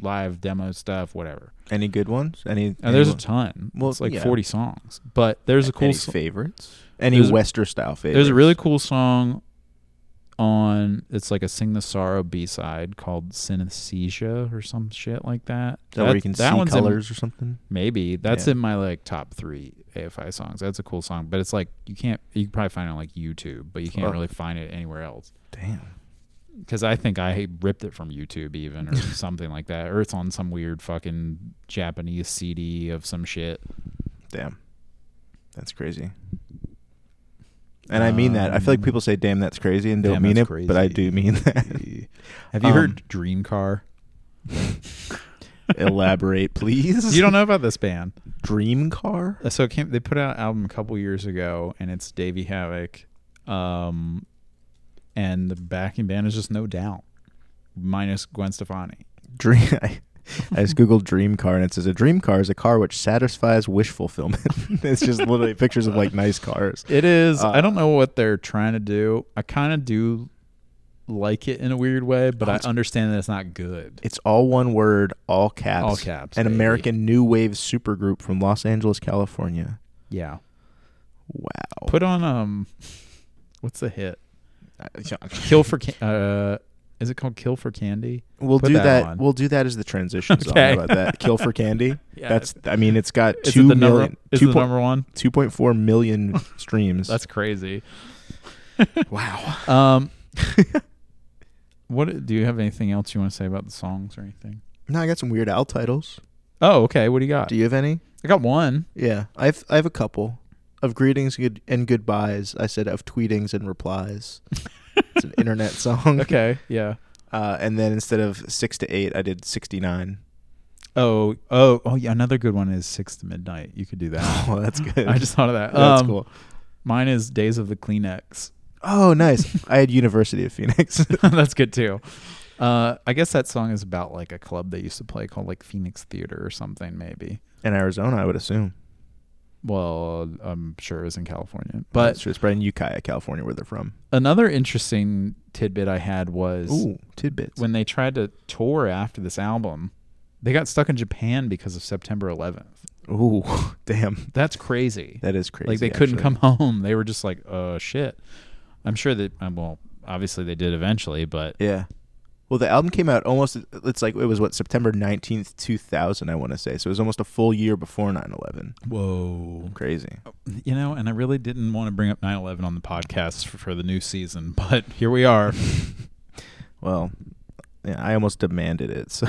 A: live demo stuff, whatever.
B: Any good ones? Any?
A: And Uh, there's a
B: any-
A: ton.
B: Well,
A: Well, it's like
B: yeah.
A: 40 songs, but there's a cool
B: any
A: so-
B: favorites? Any
A: There's a-
B: Wester style favorites?
A: there's a really cool song on it's like a sing the sorrow B side called synesthesia or some shit like that.
B: Is that, where you can
A: that
B: see
A: one's in-
B: colors or something.
A: Maybe that's
B: Yeah.
A: in my like top three AFI songs. That's a cool song, but it's like you can't. You can probably find it on like YouTube, but you can't
B: Well-
A: really find it anywhere else.
B: Damn.
A: Because I think I ripped it from YouTube, even or something like that, or it's on some weird fucking Japanese CD of some shit.
B: Damn. That's crazy. And I mean that. I feel like
A: Um,
B: people say, "Damn, that's crazy," and don't
A: "Damn,
B: mean it,
A: that's
B: but I
A: crazy."
B: do mean that.
A: Have you heard Dream Car?
B: Elaborate, please.
A: You don't know about this band,
B: dream car.
A: Uh, so it came, they put out an album a couple years ago, and it's Davey Havoc, um, and the backing band is just No Doubt, minus Gwen Stefani.
B: Dream. I, I just googled dream car and it says a dream car is a car which satisfies wish fulfillment. it's just literally pictures of like nice cars.
A: It is.
B: Uh,
A: I don't know what they're trying to do. I kind of do like it in a weird way, but
B: Oh,
A: I
B: it's-
A: understand that it's not good.
B: It's all one word, all caps.
A: All caps,
B: An
A: baby.
B: American new wave supergroup from Los Angeles, California.
A: Yeah.
B: Wow.
A: Put on um, what's the hit?
B: I-
A: Kill for Ca- uh, is it called Kill for Candy?
B: We'll
A: Put
B: do
A: that
B: that.
A: on.
B: We'll do that as the transition song.
A: Okay.
B: How about that? Kill for Candy.
A: Yeah.
B: That's. I mean, it's got
A: Is
B: two
A: it the
B: million.
A: number? Is it
B: two
A: the
B: po-
A: number one?
B: 2.4 million streams.
A: That's crazy.
B: wow.
A: Um, what do you have? Anything else you want to say about the songs or anything?
B: No, I got some Weird Al titles.
A: Oh, okay. What do you got?
B: Do you have any?
A: I got one.
B: Yeah, I've I have a couple of greetings good- and goodbyes. I said of tweetings and replies. it's an internet song.
A: Okay. Yeah.
B: Uh, and then instead of six to eight, I did sixty nine.
A: Oh, oh, oh, yeah. Another good one is Six to Midnight. You could do that.
B: Oh, that's good.
A: I just thought of that.
B: that's
A: Um,
B: cool.
A: Mine is Days of the Kleenex.
B: Oh, nice. I had University of Phoenix.
A: That's good too. Uh, I guess that song is about like a club they used to play called like Phoenix Theater or something, maybe.
B: in Arizona, I would assume.
A: Well, I'm sure it was in California. But
B: it's, it's probably in Ukiah, California, where they're from.
A: another interesting tidbit I had was
B: Ooh, tidbits.
A: when they tried to tour after this album, they got stuck in Japan because of September 11th.
B: Ooh, damn,
A: That's crazy.
B: that is crazy.
A: like they couldn't
B: actually.
A: come home. They were just like, "Uh, shit." I'm sure that um, well, obviously they did eventually, but
B: Yeah. Well, the album came out almost. It's like it was what September nineteenth, two thousand. I want to say so. It was almost a full year before 9-11.
A: whoa.
B: Crazy.
A: You know, and I really didn't want to bring up 9/11 on the podcast for, for the new season, but here we are.
B: Well, yeah, I almost demanded it. So,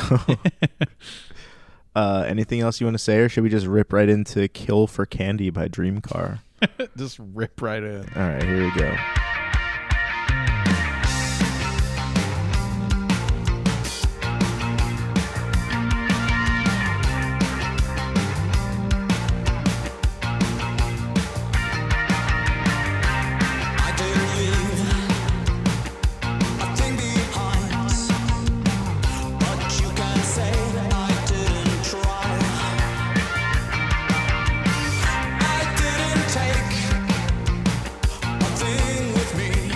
B: uh, anything else you want to say, or should we just rip right into "Kill for Candy" by Dreamcar?
A: just rip right in.
B: All right, here we go.
C: I do a thing behind, but you can say I didn't try. I didn't take a thing with me,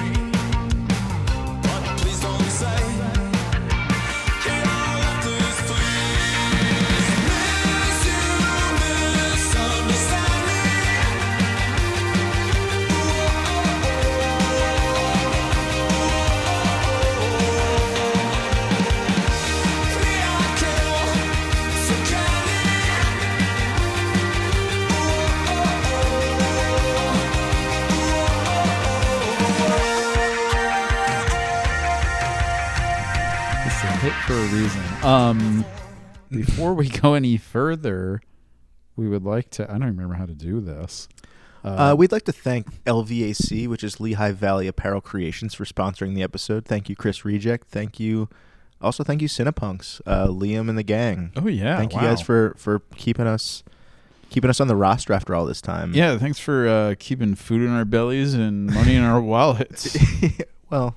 C: but please don't say here are these things. Miss you, misunderstand me.
A: It's a hit for a reason. Um, before we go any further, we would like to. I don't remember how to do this.
B: Uh, we'd like to thank LVAC, which is Lehigh Valley Apparel Creations, for sponsoring the episode. Thank you, Chris Reject. Thank you. Also, thank you, Cinepunks, uh, Liam and the gang.
A: oh yeah,
B: thank you guys
A: wow.
B: for for keeping us keeping us on the roster after all this time.
A: yeah. Thanks for uh, keeping food in our bellies and money in our wallets.
B: well,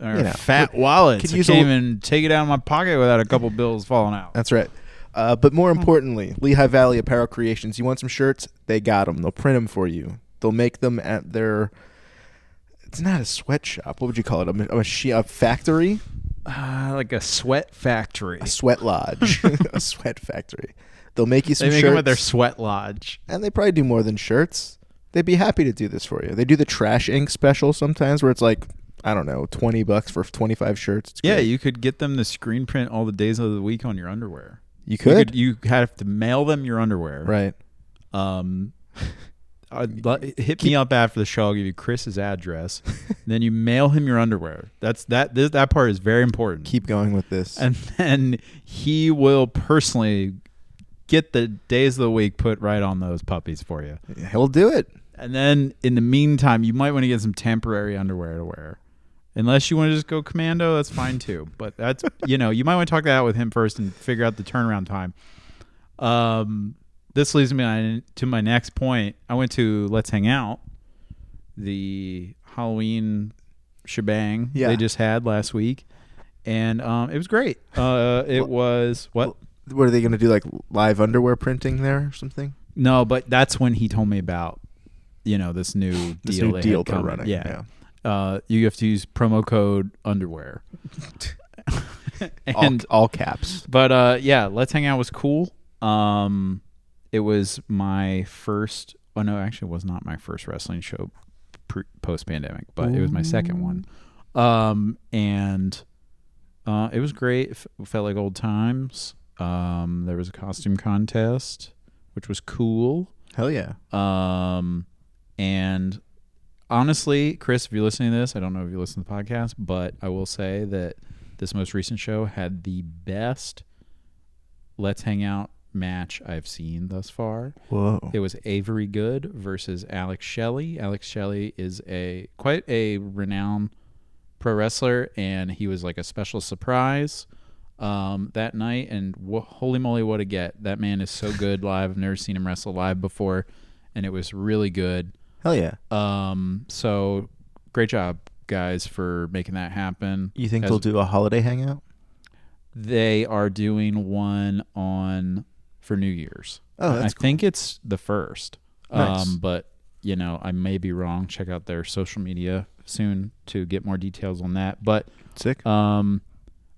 A: Our
B: You know,
A: fat wallets.
B: could
A: I
B: use
A: can't
B: a l-
A: even take it out of my pocket without a couple bills falling out.
B: that's right. Uh, but more importantly, Lehigh Valley Apparel Creations. You want some shirts? They got them. They'll print them for you. They'll make them at their. It's not a sweatshop. What would you call it? A, ma- a, machi- a factory?
A: Uh, like a sweat factory.
B: A sweat lodge? a sweat factory? They'll make you some
A: They make
B: shirts.
A: them at their sweat lodge.
B: and they probably do more than shirts. They'd be happy to do this for you. They do the trash ink special sometimes, where it's like I don't know, twenty bucks for twenty five shirts. It's
A: Yeah,
B: great.
A: you could get them to screen print all the days of the week on your underwear.
B: you
A: You,
B: could,
A: could, you have to mail them your underwear.
B: right?
A: Um, I'd lo- hit me up after the show. I'll give you Chris's address. then you mail him your underwear. That's that. This, that part is very important.
B: Keep going with this.
A: and then he will personally get the days of the week put right on those puppies for you.
B: He'll do it.
A: And then in the meantime, you might want to get some temporary underwear to wear. Unless you want to just go commando, that's fine too. But that's you know, you might want to talk that out with him first and figure out the turnaround time. Um, this leads me on to my next point. I went to Let's Hang Out, the Halloween shebang
B: Yeah.
A: they just had last week, and um, it was great. Uh, it was what?
B: What are they going to do? Like live underwear printing there or something?
A: No, but that's when he told me about, you know, this new deal.
B: This new
A: they had
B: deal they're
A: coming.
B: running,
A: Yeah. Uh, you have to use promo code underwear. and
B: all, all caps.
A: but uh, yeah, let's hang out was cool. Um, it was my first. Oh no, actually, it was not my first wrestling show pre- post pandemic, but it was my second one. Um, and uh, it was great. It f- felt like old times. Um, there was a costume contest, which was cool.
B: Hell yeah!
A: Um, and honestly, Chris, if you're listening to this, I don't know if you listen to the podcast, but I will say that this most recent show had the best Let's Hang Out match I've seen thus far.
B: Whoa.
A: It was Avery Good versus Alex Shelley. Alex Shelley is a quite a renowned pro wrestler, and he was like a special surprise um, that night. And wha- holy moly, what a get! That man is so good live. I've never seen him wrestle live before, and it was really good.
B: Hell yeah!
A: Um, so great job, guys, for making that happen.
B: You think
A: As-
B: they'll do a holiday hangout?
A: They are doing one on for New Year's.
B: Oh, that's
A: I think it's the first.
B: Nice.
A: Um, but you know, I may be wrong. Check out their social media soon to get more details on that. But
B: sick.
A: um,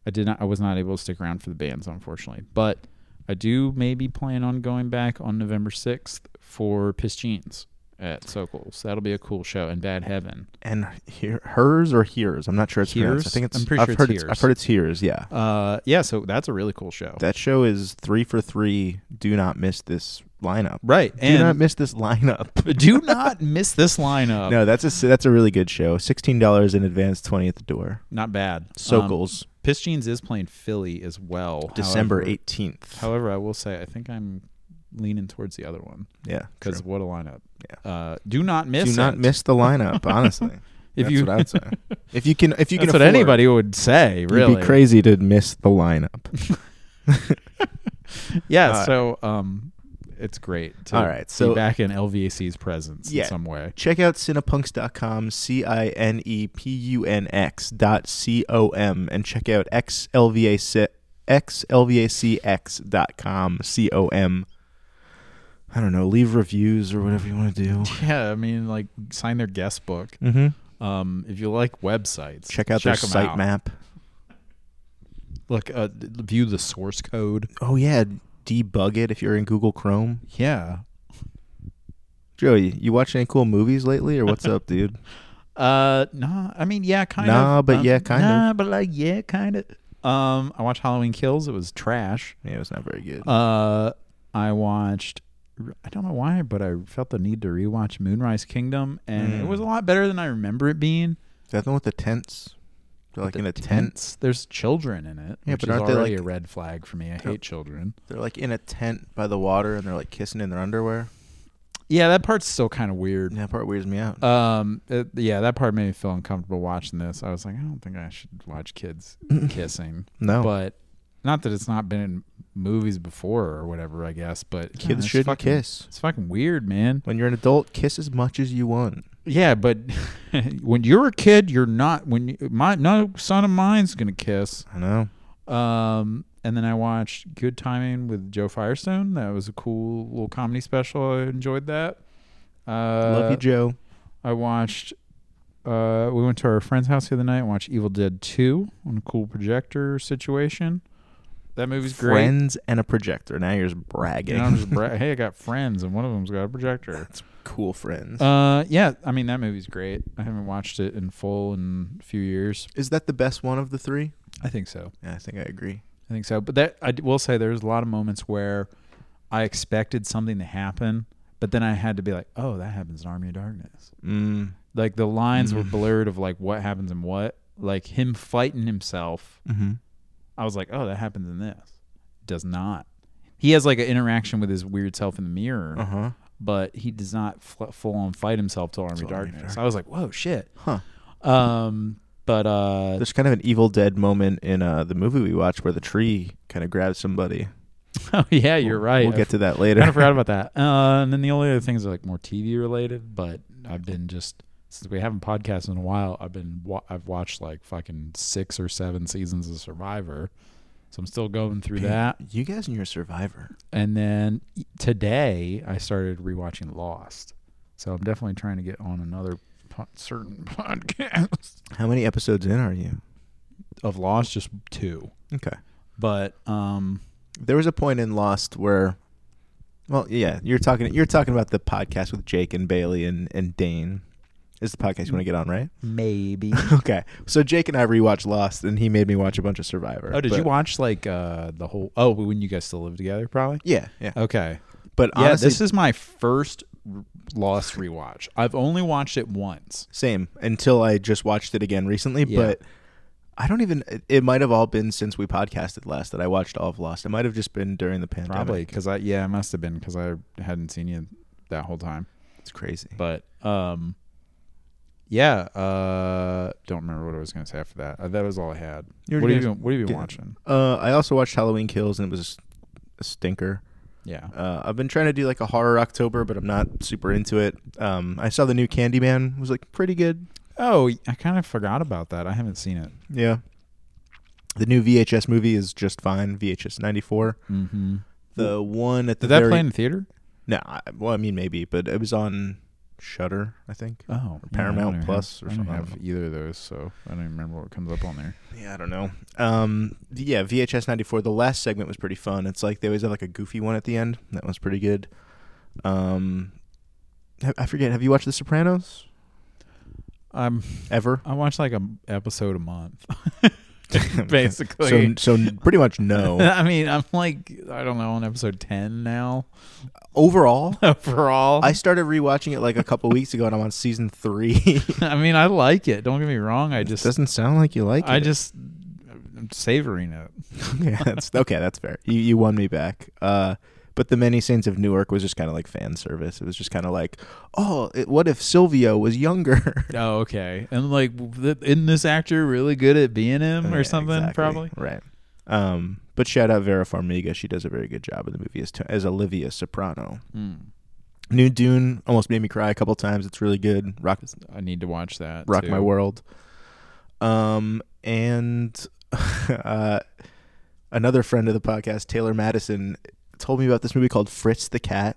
A: I did not. I was not able to stick around for the bands, unfortunately. But I do maybe plan on going back on November sixth for Piss Jeans at Sokol. So that'll be a cool show in Bad Heaven.
B: and here, hers or hears? I'm not sure. It's pronounced. I
A: Hears?
B: think it's.
A: I'm pretty
B: I've
A: sure it's
B: heard
A: hears.
B: I've heard it's hears. Yeah.
A: Uh, yeah. So that's a really cool show.
B: That show is three for three. Do not miss this lineup.
A: right.
B: Do not
A: and
B: miss this lineup.
A: do not miss this lineup.
B: no, that's a that's a really good show. Sixteen dollars in advance, twenty at the door.
A: Not bad. Um,
B: Sokols,
A: Piss Jeans is playing Philly as well.
B: December
A: However-
B: eighteenth.
A: However, I will say I think I'm leaning towards the other one
B: Yeah,
A: because
B: true.
A: what a lineup.
B: Yeah.
A: Uh, do not miss.
B: do not
A: it.
B: miss the lineup. Honestly,
A: If
B: that's
A: you-
B: what I would say. If you can, if you
A: That's what
B: can, afford,
A: anybody would say.
B: you'd
A: Really,
B: be crazy to miss the lineup.
A: Yeah.
B: Uh,
A: so, um, it's great. To
B: All right, so-
A: be back in LVAC's presence
B: Yeah.
A: in some way.
B: Check out cinepunks.com, C I N E P U N X dot C O M, and check out XLVAC, XLVACX dot com, C O M. I don't know, leave reviews or whatever you want to do.
A: Yeah, I mean, like sign their guest book.
B: Mm-hmm.
A: Um, if you like websites,
B: Check out their
A: 'em
B: site
A: out.
B: map.
A: Look, uh, d- view the source code.
B: Oh, yeah, debug it if you're in Google Chrome.
A: Yeah.
B: Joey, you watch any cool movies lately or what's up, dude?
A: Uh, nah. I mean, yeah, kind of.
B: Nah, but
A: Um,
B: yeah, kind of.
A: Nah, but like, yeah, kind of. Um, I watched Halloween Kills. It was trash.
B: Yeah, it was not very good.
A: Uh, I watched. I don't know why, but I felt the need to rewatch Moonrise Kingdom, and it
B: Mm.
A: was a lot better than I remember it being.
B: Is that the one with the tents? They're like in a tent.
A: Tents. There's children in it,
B: Yeah,
A: which
B: but
A: is
B: aren't they,
A: already
B: like-
A: a red flag for me. I hate children.
B: They're like in a tent by the water and they're like kissing in their underwear.
A: Yeah, that part's still kind of weird.
B: That part weirds me out.
A: Um, it- yeah, that part made me feel uncomfortable watching this. I was like, I don't think I should watch kids kissing,
B: no,
A: but not that it's not been in movies before or whatever. I guess, but nah,
B: kids
A: it's
B: shouldn't
A: fucking-
B: kiss.
A: It's fucking weird, man.
B: When you're an adult, kiss as much as you want.
A: Yeah, but when you're a kid, you're not. When you, my no son of mine's gonna kiss.
B: I know.
A: Um, and then I watched Good Timing with Joe Firestone. That was a cool little comedy special. I enjoyed that. Uh,
B: Love you, Joe.
A: I watched. Uh, we went to our friend's house the other night and watched Evil Dead Two on a cool projector situation. That movie's great.
B: Friends and a projector. Now you're just bragging.
A: And I'm just bra- hey, I got friends, and one of them's got a projector.
B: That's cool friends.
A: Uh, yeah, I mean that movie's great. I haven't watched it in full in a few years.
B: Is that the best one of the three?
A: I think so.
B: Yeah, I think I agree.
A: I think so. But that I d- will say there's a lot of moments where I expected something to happen, but then I had to be like, oh, that happens in Army of Darkness. Mm-hmm.
B: Mm.
A: Like the lines were blurred of like what happens and what. Like him fighting himself,
B: Mm-hmm.
A: I was like, oh, that happens in this. Does not. He has like an interaction with his weird self in the mirror,
B: Uh huh.
A: but he does not fl- full on fight himself till Army of
B: Till Army of
A: Darkness. I was like, whoa, shit.
B: Huh.
A: Um, but uh,
B: There's kind of an Evil Dead moment in uh, the movie we watched where the tree kind of grabs somebody.
A: oh yeah, you're right.
B: We'll
A: I
B: get to that later.
A: kind of forgot about that. Uh, and then the only other things are like more TV related, but I've been just since we haven't podcasted in a while, I've been wa- I've watched like fucking six or seven seasons of Survivor, so I'm still going through that.
B: You guys and your survivor.
A: And then today I started rewatching Lost, so I'm definitely trying to get on another po- certain podcast
B: How many episodes in are you?
A: of Lost, just two.
B: Okay.
A: But um,
B: There was a point in Lost where, well, yeah, you're talking you're talking about the podcast with Jake and Bailey and and Dane. Is the podcast you want to get on, right?
A: maybe.
B: Okay. So Jake and I rewatched Lost, and he made me watch a bunch of Survivor.
A: oh, did
B: but-
A: you watch like uh the whole? Oh, when you guys still live together, probably.
B: Yeah, yeah.
A: Okay.
B: But
A: Yeah,
B: honestly,
A: this is my first r- Lost rewatch. I've only watched it once.
B: Same until I just watched it again recently,
A: Yeah.
B: but I don't even. it- It might have all been since we podcasted last that I watched all of Lost. It might have just been during the pandemic.
A: Probably because I yeah, it must have been because I hadn't seen you that whole time.
B: it's crazy.
A: But um, yeah. Uh, don't remember what I was gonna say after that. Uh, that was all I had.
B: You were
A: what have you
B: gonna-
A: been, What have you been
B: yeah.
A: watching?
B: Uh, I also watched Halloween Kills, and it was a stinker.
A: Yeah.
B: Uh, I've been trying to do like a horror October, but I'm not super into it. Um, I saw the new Candyman was like pretty good.
A: Oh, I kind of forgot about that. I haven't seen it.
B: Yeah, the new VHS movie is just fine. VHS '94.
A: Mm-hmm.
B: The one at the
A: Did that
B: very-
A: play in the theater?
B: No, I, well, I mean maybe, but it was on Shutter, I think.
A: Oh, yeah, I
B: Paramount
A: don't
B: Plus
A: have-
B: or
A: I don't
B: something, I
A: have
B: don't
A: either of those, so I don't even remember what comes up on there.
B: Yeah, I don't know. Um, yeah, VHS ninety four. The last segment was pretty fun. It's like they always have like a goofy one at the end. That one's pretty good. Um, I- I forget. Have you watched The Sopranos
A: Um,
B: ever?
A: I watch like an episode a month,
B: So,
A: basically.
B: so pretty much no.
A: I mean, I'm like, I don't know, on episode 10 now
B: Overall,
A: overall.
B: I
A: I,
B: started rewatching it like a couple weeks ago, and I'm on season three.
A: mean, I like it. Don't get me wrong. I just,
B: Doesn't sound like you like it.
A: I just, I'm savoring it.
B: yeah, that's okay. That's fair. You you won me back. Uh, but the Many Saints of Newark was just kind of like fan service. It was just kind of like, oh, it, what if Silvio was younger?
A: Oh, okay. And like, th- isn't this actor really good at being him
B: Yeah,
A: or something?
B: exactly.
A: Probably.
B: right. Um, but shout out Vera Farmiga. She does a very good job in the movie as, as Olivia Soprano.
A: Hmm.
B: New Dune almost made me cry a couple times. It's really good. Rock
A: I need to watch that.
B: rock
A: too.
B: my world. Um, and uh, another friend of the podcast, Taylor Madison, told me about this movie called Fritz the Cat.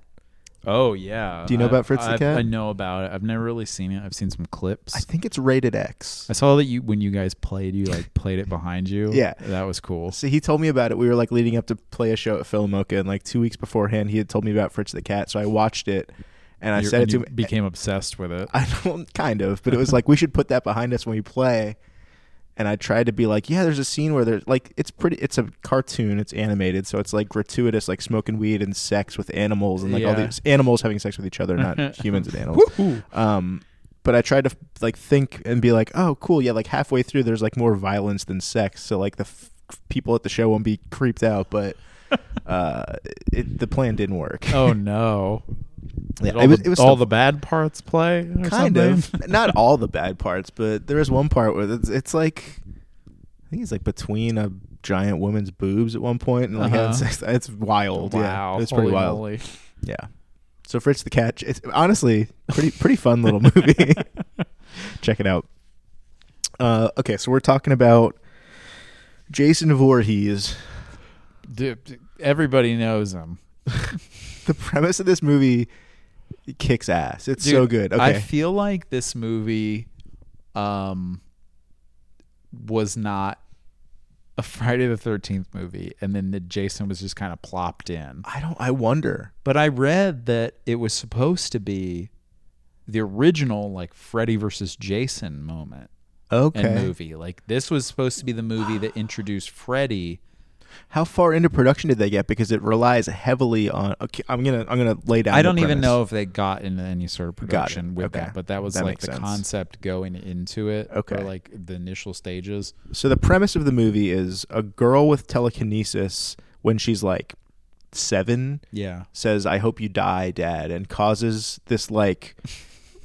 A: Oh, yeah.
B: Do you know
A: I-
B: about Fritz the
A: I've-
B: Cat?
A: I know about it. I've never really seen it. I've seen some clips.
B: I think it's rated X.
A: I saw that you when you guys played, you like played it behind you.
B: Yeah.
A: that was cool.
B: So he told me about it. We were like leading up to play a show at Philomoka, and like two weeks beforehand, he had told me about Fritz the Cat. So I watched it, and I
A: You're-
B: said it
A: and
B: to
A: you
B: him.
A: Became obsessed with it.
B: I don't kind of, but it was like we should put that behind us when we play. And I tried to be like, yeah, there's a scene where there's like it's pretty. It's a cartoon. It's animated, so it's like gratuitous, like smoking weed and sex with animals, and like all
A: Yeah.
B: these animals having sex with each other, not humans and animals. Um, but I tried to like think and be like, oh, cool, yeah. Like halfway through, there's like more violence than sex, so like the f- people at the show won't be creeped out. But uh, it, the plan didn't work.
A: Oh no.
B: Yeah,
A: Did all
B: it was-
A: the,
B: it was
A: all
B: still-
A: the bad parts play. or
B: kind
A: something?
B: of not all the bad parts but there is one part where it's, it's like i think it's like between a giant woman's boobs at one point and like
A: Uh-huh.
B: it's, it's wild
A: Wow,
B: yeah, it's
A: holy
B: pretty wild
A: moly.
B: yeah so fritz the catch it's honestly pretty pretty fun little movie check it out uh okay so we're talking about jason Voorhees.
A: Dude, d- everybody knows him.
B: the premise of this movie kicks ass it's
A: Dude,
B: so good okay
A: I feel like this movie, um, was not a Friday the Thirteenth movie, and then the Jason was just kind of plopped in.
B: I don't i wonder
A: But I read that it was supposed to be the original like Freddy versus Jason moment and
B: okay
A: movie. Like this was supposed to be the movie that introduced Freddy.
B: How far into production did they get? Because it relies heavily on. Okay, I'm gonna I'm gonna lay down.
A: I
B: the
A: don't even
B: premise.
A: know if they got into any sort of
B: it.
A: production with
B: Okay.
A: that, but that was
B: That
A: like
B: makes
A: the
B: sense.
A: concept going into it. or,
B: Okay.
A: like the initial stages.
B: So the premise of the movie is a girl with telekinesis when she's like seven
A: Yeah.
B: says, "I hope you die, Dad," and causes this like.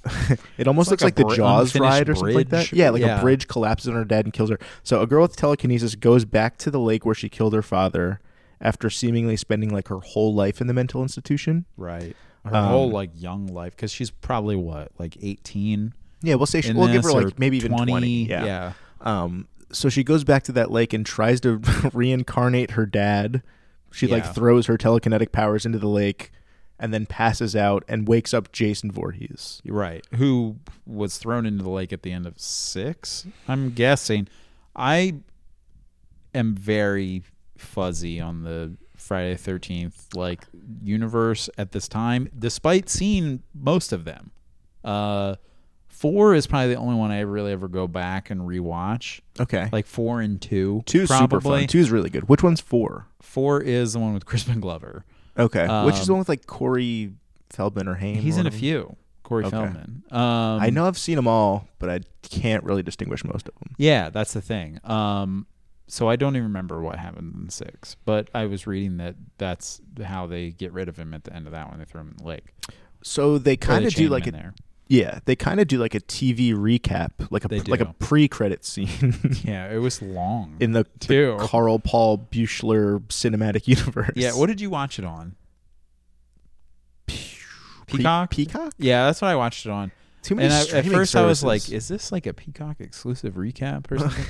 B: it almost
A: It's
B: looks
A: like
B: like,
A: a
B: the
A: bri-
B: Jaws
A: unfinished
B: ride or something like that.
A: bridge.
B: Yeah, like
A: Yeah.
B: a bridge collapses on her dad and kills her. So a girl with telekinesis goes back to the lake where she killed her father after seemingly spending like her whole life in the mental institution.
A: Right. Her whole like young life, because she's probably what, like 18?
B: Yeah, we'll say she,
A: in
B: we'll give her
A: this, or
B: like maybe even 20.
A: Yeah. yeah.
B: Um, so she goes back to that lake and tries to reincarnate her dad. She
A: Yeah.
B: like throws her telekinetic powers into the lake and then passes out and wakes up Jason Voorhees.
A: You're Right. Who was thrown into the lake at the end of six? I'm guessing. I am very fuzzy on the Friday the 13th like universe at this time, despite seeing most of them. Uh, four is probably the only one I really ever go back and rewatch.
B: Okay. Like
A: Like four and two.
B: two's
A: probably.
B: super fun. Two's really good. Which one's four?
A: Four is the one with Crispin Glover.
B: Okay. Which is the
A: Um,
B: one with like Corey Feldman or Hayne?
A: He's
B: or
A: in a
B: whatever?
A: few. Corey
B: Okay.
A: Feldman. Um,
B: I know I've seen them all, but I can't really distinguish most of them.
A: Yeah, that's the thing. Um, so I don't even remember what happened in six, but I was reading that that's how they get rid of him at the end of that one. They throw him in the lake.
B: So
A: Or
B: they
A: they
B: kind of
A: chain
B: do
A: him
B: like a
A: in there.
B: yeah, they kind of do like a TV recap, like
A: They
B: a like
A: do.
B: a pre-credit scene.
A: Yeah, it was long.
B: in the, the
A: Two.
B: Carl Paul Buechler cinematic universe.
A: Oh. yeah, what did you watch it on? Peacock.
B: Pe- Peacock?
A: yeah, that's what I watched it on.
B: Too many
A: And I, at
B: streaming
A: first, I was like,
B: services.
A: "Is this like a Peacock exclusive recap or something?"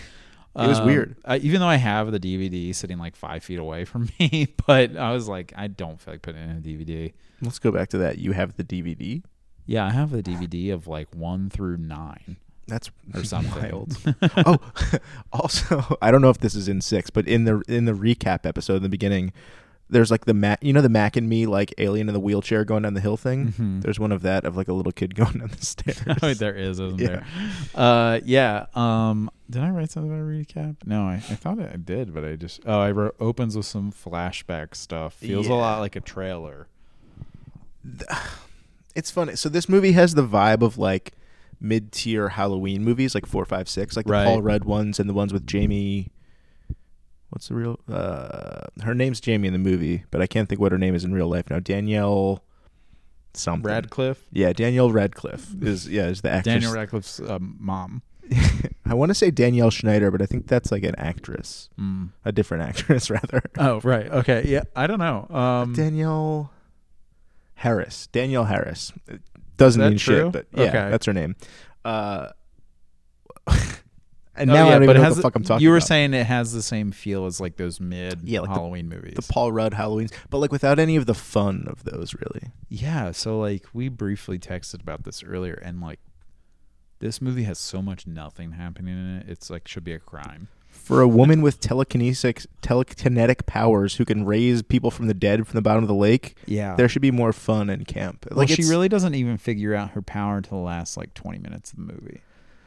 B: It was
A: Um,
B: weird.
A: I, even though I have the DVD sitting like five feet away from me, but I was like, I don't feel like putting in a DVD.
B: let's go back to that. You have the DVD.
A: Yeah, I have the DVD of like one through nine.
B: That's
A: Or something.
B: wild. oh, also, I don't know if this is in six, but in the in the recap episode in the beginning, there's like the Mac, you know, the Mac and me like alien in the wheelchair going down the hill thing.
A: Mm-hmm.
B: There's one of that of like a little kid going down the stairs.
A: Oh, there is, isn't there? Uh, yeah. Um, did I write something about a recap? No, I, I thought I did, but I just oh, I wrote opens with some flashback stuff. Feels a
B: Yeah.
A: lot like a trailer.
B: it's funny. So this movie has the vibe of like mid tier Halloween movies, like four, five, six, like the
A: Right.
B: Paul Rudd ones and the ones with Jamie. What's the real? Uh, her name's Jamie in the movie, but I can't think what her name is in real life now. Danielle, something.
A: Radcliffe,
B: Yeah, Danielle Radcliffe is yeah is the actress.
A: Daniel Radcliffe's um, mom.
B: I want to say Danielle Schneider, but I think that's like an actress,
A: Mm.
B: a different actress rather.
A: Oh, right. Okay. Yeah, I don't know. Um,
B: Danielle Harris. Danielle Harris. It doesn't
A: that
B: mean
A: true?
B: shit, but yeah,
A: Okay.
B: that's her name. Uh, and
A: oh,
B: now
A: yeah,
B: I don't
A: but
B: even
A: it
B: know what
A: has-
B: the fuck I'm talking
A: You were
B: about.
A: saying it has the same feel as like those mid
B: Yeah, like the-
A: Halloween movies.
B: the Paul Rudd Halloween's, but like without any of the fun of those, really.
A: Yeah, so like we briefly texted about this earlier and like this movie has so much nothing happening in it. It's like should be a crime.
B: For a woman with telekinetic telekinetic powers who can raise people from the dead from the bottom of the lake,
A: Yeah.
B: there should be more fun in camp.
A: well,
B: Like
A: she
B: it's-
A: really doesn't even figure out her power until the last like 20 minutes of the movie.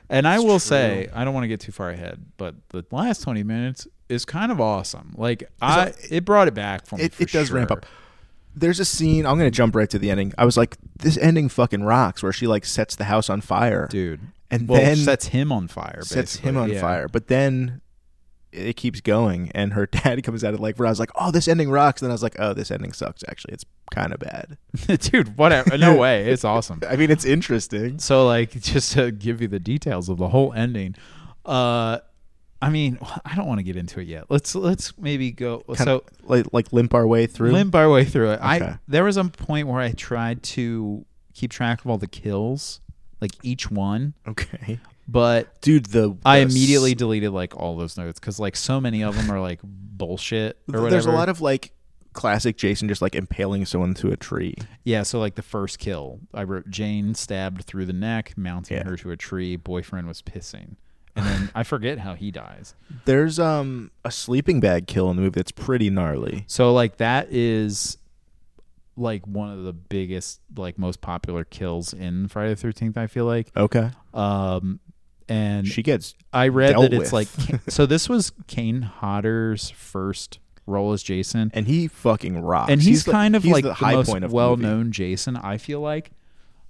A: And I
B: It's
A: will
B: true.
A: say, I don't want to get too far ahead, but the last 20 minutes is kind of awesome. Like I it, brought it back for me.
B: it,
A: for
B: it does ramp
A: sure.
B: up. There's a scene. I'm gonna jump right to the ending. I was like, this ending fucking rocks, where she like sets the house on fire,
A: Dude.
B: and
A: well,
B: then
A: sets him on fire.
B: sets
A: basically.
B: him on
A: Yeah.
B: fire. But then it keeps going, and her dad comes out of like where I was like, "Oh, this ending rocks." And then I was like, "Oh, this ending sucks." Actually, it's kind of bad.
A: dude. Whatever. No way. It's awesome.
B: I mean, it's interesting.
A: So like just to give you the details of the whole ending. Uh I mean, I don't want to get into it yet. Let's let's maybe go so
B: like like limp our way through.
A: limp our way through it.
B: Okay.
A: I there was a point where I tried to keep track of all the kills, like each one,
B: Okay,
A: but
B: dude. The
A: I
B: the
A: immediately
B: s-
A: deleted like all those notes because like so many of them are like bullshit or whatever.
B: there's a lot of like classic Jason just like impaling someone to a tree.
A: yeah. So like the first kill, I wrote Jane stabbed through the neck, mounting
B: Yeah.
A: her to a tree. Boyfriend was pissing, and then I forget how he dies.
B: There's um a sleeping bag kill in the movie that's pretty gnarly.
A: So like that is like one of the biggest like most popular kills in Friday the 13th I feel like.
B: Okay,
A: Um and
B: she gets
A: I read
B: dealt
A: that it's
B: with.
A: like so this was Kane Hodder's first role as Jason
B: and he fucking rocks.
A: and he's,
B: the-
A: kind of
B: he's
A: like
B: the
A: the,
B: high
A: most
B: point of the movie.
A: well-known Jason, I feel like.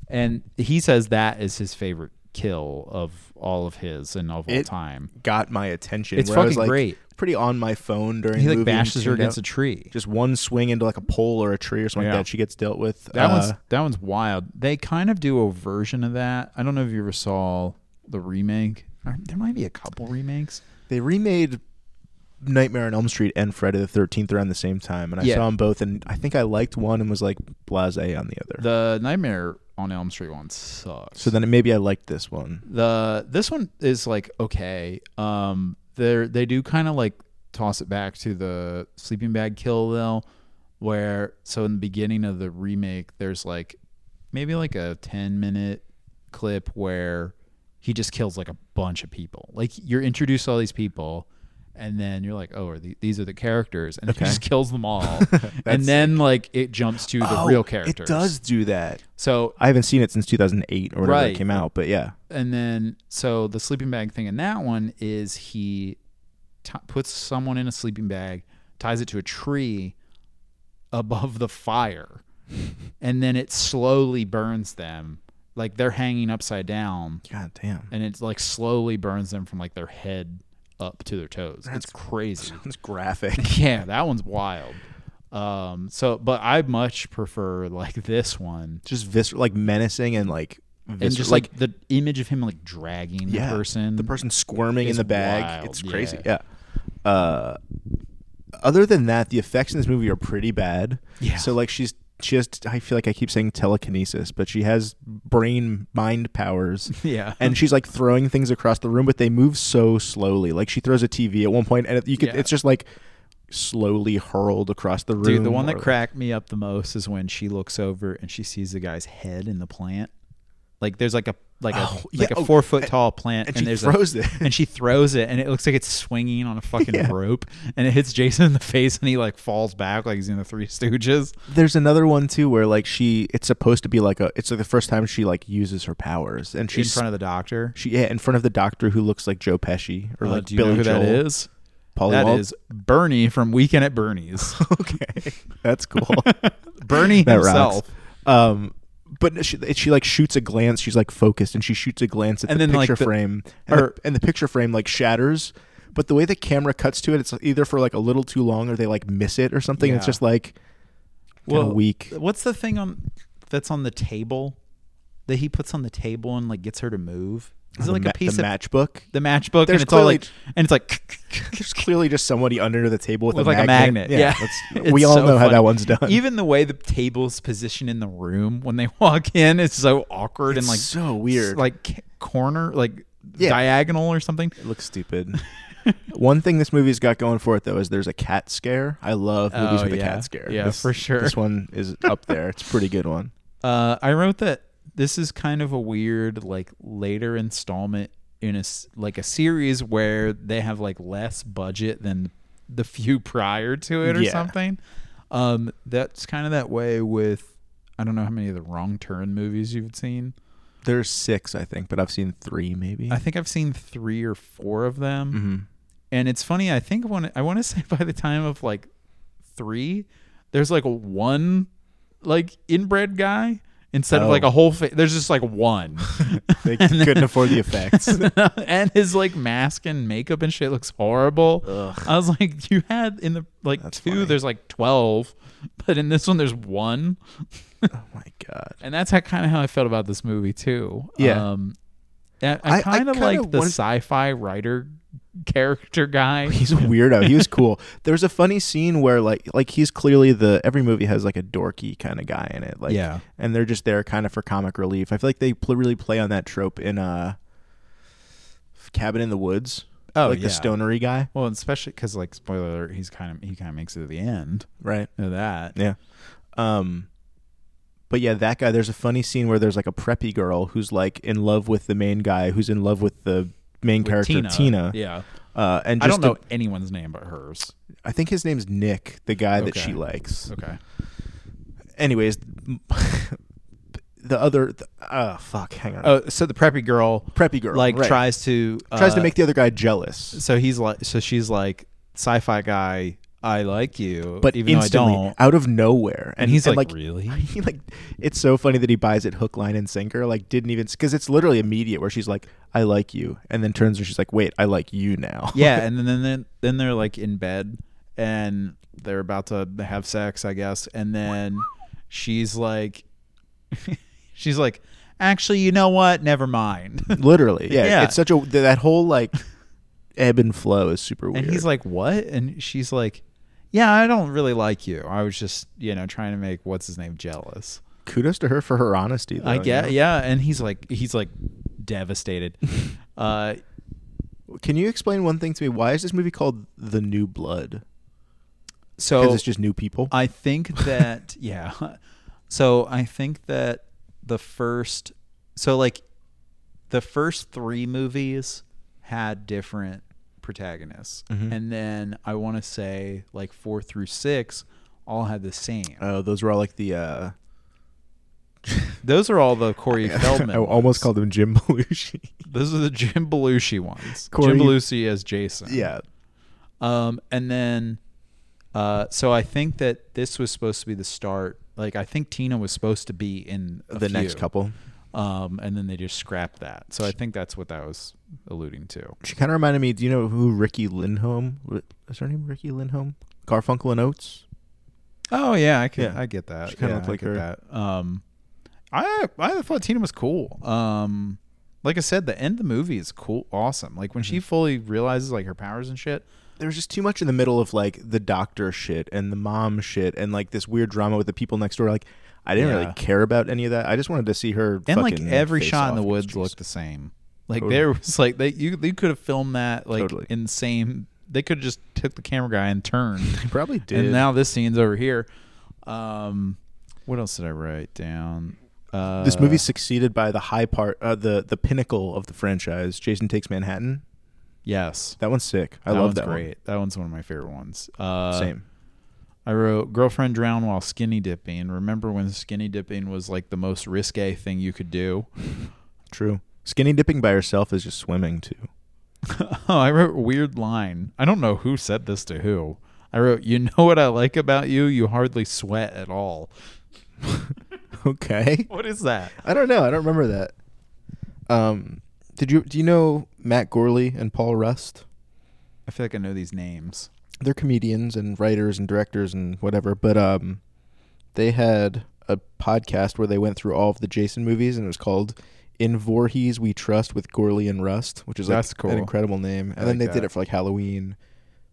A: And he says that is his favorite kill of all of his and of all
B: It-
A: time.
B: Got my attention.
A: It's
B: where I was,
A: fucking
B: like,
A: great.
B: Pretty on my phone during
A: He
B: the
A: like
B: movie and
A: bashes her
B: tuned
A: against
B: out.
A: a tree.
B: just one swing into like a pole or a tree or something
A: Yeah.
B: like that. She gets dealt with.
A: That one's
B: Uh,
A: that one's wild. They kind of do a version of that. I don't know if you ever saw the remake. Or There might be a couple remakes.
B: they remade Nightmare on Elm Street and Friday the Thirteenth around the same time, and I
A: Yeah.
B: saw them both, and I think I liked one and was like blase on the other.
A: The Nightmare on Elm Street one sucks.
B: so then maybe I liked this one.
A: the this one is like okay. Um, they they do kind of like toss it back to the sleeping bag kill though, where so in the beginning of the remake, there's like maybe like a ten minute clip where he just kills like a bunch of people. Like you're introduced to all these people. And then you're like, oh, are the, these are the characters, and he just kills them all. and then like it jumps to the
B: Oh,
A: real characters.
B: It does do that.
A: So
B: I haven't seen it since 2008 or whatever
A: Right.
B: it came out, but yeah,
A: and then so the sleeping bag thing in that one is he t- puts someone in a sleeping bag, ties it to a tree above the fire, and then it slowly burns them. Like they're hanging upside down,
B: god damn,
A: and it's like slowly burns them from like their head up to their toes. it's crazy.
B: it's graphic.
A: Yeah, that one's wild. Um, so, but I much prefer like this one
B: just visceral, like menacing and like visceral,
A: and just like, the image of him like dragging
B: yeah,
A: the person.
B: the person squirming in
A: is
B: the bag.
A: wild,
B: It's crazy.
A: yeah.
B: Yeah. Uh, other than that, the effects in this movie are pretty bad.
A: Yeah.
B: So like she's she has I feel like I keep saying telekinesis, but she has brain mind powers.
A: Yeah.
B: And she's like throwing things across the room, but they move so slowly. Like she throws a TV at one point, and it- you could,
A: Yeah.
B: it's just like slowly hurled across the room.
A: Dude, the one that
B: or-
A: cracked me up the most is when she looks over and she sees the guy's head in the plant. Like there's like a like a
B: Oh, yeah,
A: like
B: oh,
A: a four foot
B: and-
A: tall plant,
B: and
A: and,
B: she
A: there's
B: throws
A: a,
B: it.
A: and she throws it, and it looks like it's swinging on a fucking
B: Yeah.
A: rope, and it hits Jason in the face, and he like falls back like he's in the Three Stooges.
B: There's another one too where like she it's supposed to be like a it's like the first time she like uses her powers and
A: in
B: she's
A: front of the doctor.
B: She yeah, in front of the doctor who looks like Joe Pesci or
A: Uh,
B: like
A: do you
B: Billy
A: know who
B: Joel.
A: that is?
B: Paul
A: That
B: Wall-
A: is Bernie from Weekend at Bernie's.
B: okay. That's cool.
A: Bernie
B: that
A: himself.
B: rocks. Um, but she, she like shoots a glance. She's like focused, and she shoots a glance at
A: And
B: the
A: then, like,
B: picture
A: the-
B: frame, and,
A: or-
B: the, and the picture frame like shatters. But the way the camera cuts to it, it's either for like a little too long, or they like miss it or something. and It's
A: Yeah.
B: just like kind of weak.
A: What's the thing on that's on the table that he puts on the table and like gets her to move? Is it
B: The
A: like
B: ma-
A: a piece
B: the
A: of
B: matchbook?
A: the matchbook and
B: There's
A: it's all
B: clearly-
A: like and it's like
B: There's clearly just somebody under the table with,
A: with
B: a
A: like
B: magnet.
A: a magnet. Yeah,
B: that's-
A: It's
B: we all
A: so
B: know how that
A: funny.
B: one's done.
A: Even the way the table's positioned in the room when they walk in is so awkward
B: It's
A: and like
B: so weird.
A: like c- corner, like
B: Yeah.
A: diagonal or something.
B: It looks stupid. One thing this movie's got going for it though is there's a cat scare. I love movies
A: Oh,
B: with a
A: yeah.
B: cat scare.
A: Yeah,
B: This-
A: for sure.
B: This one is up there. It's a pretty good one.
A: Uh, I wrote that this is kind of a weird, like later installment in a s- like a series where they have like less budget than the few prior to it or
B: Yeah.
A: something. Um, that's kind of that way with I don't know how many of the Wrong Turn movies you've seen.
B: There's six, I think, but I've seen three maybe.
A: I think I've seen three or four of them,
B: Mm-hmm.
A: and it's funny. I think when I want to say by the time of like three, there's like one like inbred guy. instead of
B: Oh.
A: like a whole fa- there's just like one
B: They couldn't afford the effects. Oh
A: and his like mask and makeup and shit looks horrible
B: Ugh.
A: i was like you had in the like
B: That's
A: two
B: funny.
A: there's like 12 but in this one there's one
B: Oh my god.
A: and that's how kind of how I felt about this movie too.
B: Yeah.
A: um, I,
B: I- I
A: I kind of
B: kinda
A: like the
B: wanted-
A: sci-fi writer character guy.
B: He's a weirdo. He was cool. There's a funny scene where like like he's clearly the every movie has like a dorky kind of guy in it. Like
A: Yeah.
B: and they're just there kind of for comic relief. I feel like they pl- really play on that trope in uh Cabin in the Woods.
A: Oh,
B: like
A: yeah.
B: the stonery guy,
A: well, and especially because like spoiler alert, he's kind of he kind of makes it to the end
B: right?
A: of that.
B: Yeah. Um but yeah, that guy there's a funny scene where there's like a preppy girl who's like in love with the main guy who's in love with the main
A: With
B: character Tina.
A: Yeah,
B: Uh and
A: I
B: just
A: don't know
B: a-
A: anyone's name but hers.
B: I think his name's Nick, the guy that
A: Okay.
B: she likes.
A: Okay,
B: anyways, the other, the, uh, fuck, hang on.
A: oh, so the preppy girl,
B: Preppy girl,
A: like
B: right.
A: tries to uh,
B: tries to make the other guy jealous,
A: So he's like, so she's like, sci-fi guy, I like you,
B: but
A: even
B: instantly,
A: though I don't.
B: out of nowhere, and,
A: And he's
B: and,
A: like, really?
B: He like, it's so funny that he buys it hook, line, and sinker. Like, didn't even because it's literally immediate where she's like, "I like you," and then turns and she's like, "Wait, I like you now."
A: yeah and then, then then they're like in bed and they're about to have sex i guess and then she's like she's like actually you know what never mind
B: literally. Yeah,
A: Yeah.
B: it's such a that whole like ebb and flow is super weird.
A: and he's like what and she's like yeah i don't really like you i was just you know trying to make what's his name jealous
B: kudos to her for her honesty. Though,
A: i
B: you know?
A: get yeah and he's like he's like devastated uh
B: Can you explain one thing to me? Why is this movie called The New Blood? Because
A: so
B: it's just new people.
A: Oh. I think that yeah. So I think that the first so like the first 3 movies had different protagonists.
B: Mm-hmm.
A: And then I want to say like 4 through 6 all had the same.
B: Oh, those were all like the. uh
A: Those are all the Corey Feldman.
B: I
A: ones.
B: almost called him Jim Belushi.
A: Those are the Jim Belushi ones.
B: Corey-
A: Jim Belushi as Jason.
B: yeah,
A: Um, and then, uh, so I think that this was supposed to be the start. Like, I think Tina was supposed to be in a
B: the next
A: few.
B: couple.
A: Um, and then they just scrapped that. So I think that's what that was alluding to.
B: She kind of reminded me. Do you know who Ricky Lindholm? Is her name Ricky Lindholm? Garfunkel and Oates.
A: Oh yeah, I can
B: Yeah.
A: I get that.
B: She
A: Yeah,
B: kinda looked
A: I
B: like
A: get
B: her.
A: That. Um, I I thought Tina was cool. Um, like I said, the end of the movie is cool, awesome. Like when she fully realizes like her powers and shit.
B: There was just too much in the middle of like the doctor shit and the mom shit and like this weird drama with the people next door. Like, I didn't
A: Yeah.
B: really care about any of that. I just wanted to see her.
A: and like
B: fucking
A: every
B: face
A: shot in the
B: off
A: woods
B: against
A: looked the same. Like
B: Totally.
A: there was like they you you could have filmed that like
B: Totally.
A: in the same. They could have just took the camera guy and turned,
B: Jason. Probably did.
A: and now this scene's over here. Um, what else did I write down? Uh,
B: this movie succeeded by the high part, uh, the the pinnacle of the franchise. Jason Takes Manhattan.
A: yes,
B: That one's sick. I
A: that
B: love
A: one's
B: that
A: great. That one's one of my favorite ones. Uh,
B: one. Same.
A: I wrote girlfriend drown while skinny dipping. Remember when skinny dipping was like the most risque thing you could do?
B: True. Skinny dipping by herself is just swimming too.
A: Oh, I wrote weird line. I don't know who said this to who. I wrote, "You know what I like about you? You hardly sweat at all."
B: Okay.
A: What is that?
B: I don't know. I don't remember that. Um, did you do you know Matt Gorley and Paul Rust?
A: I feel like I know these names.
B: They're comedians and writers and directors and whatever, but um, they had a podcast where they went through all of the Jason movies and it was called "In Voorhees We Trust" with Gorley and Rust, which is like
A: That's cool.
B: an incredible name. And
A: I
B: then
A: like
B: they did
A: that.
B: it for like Halloween,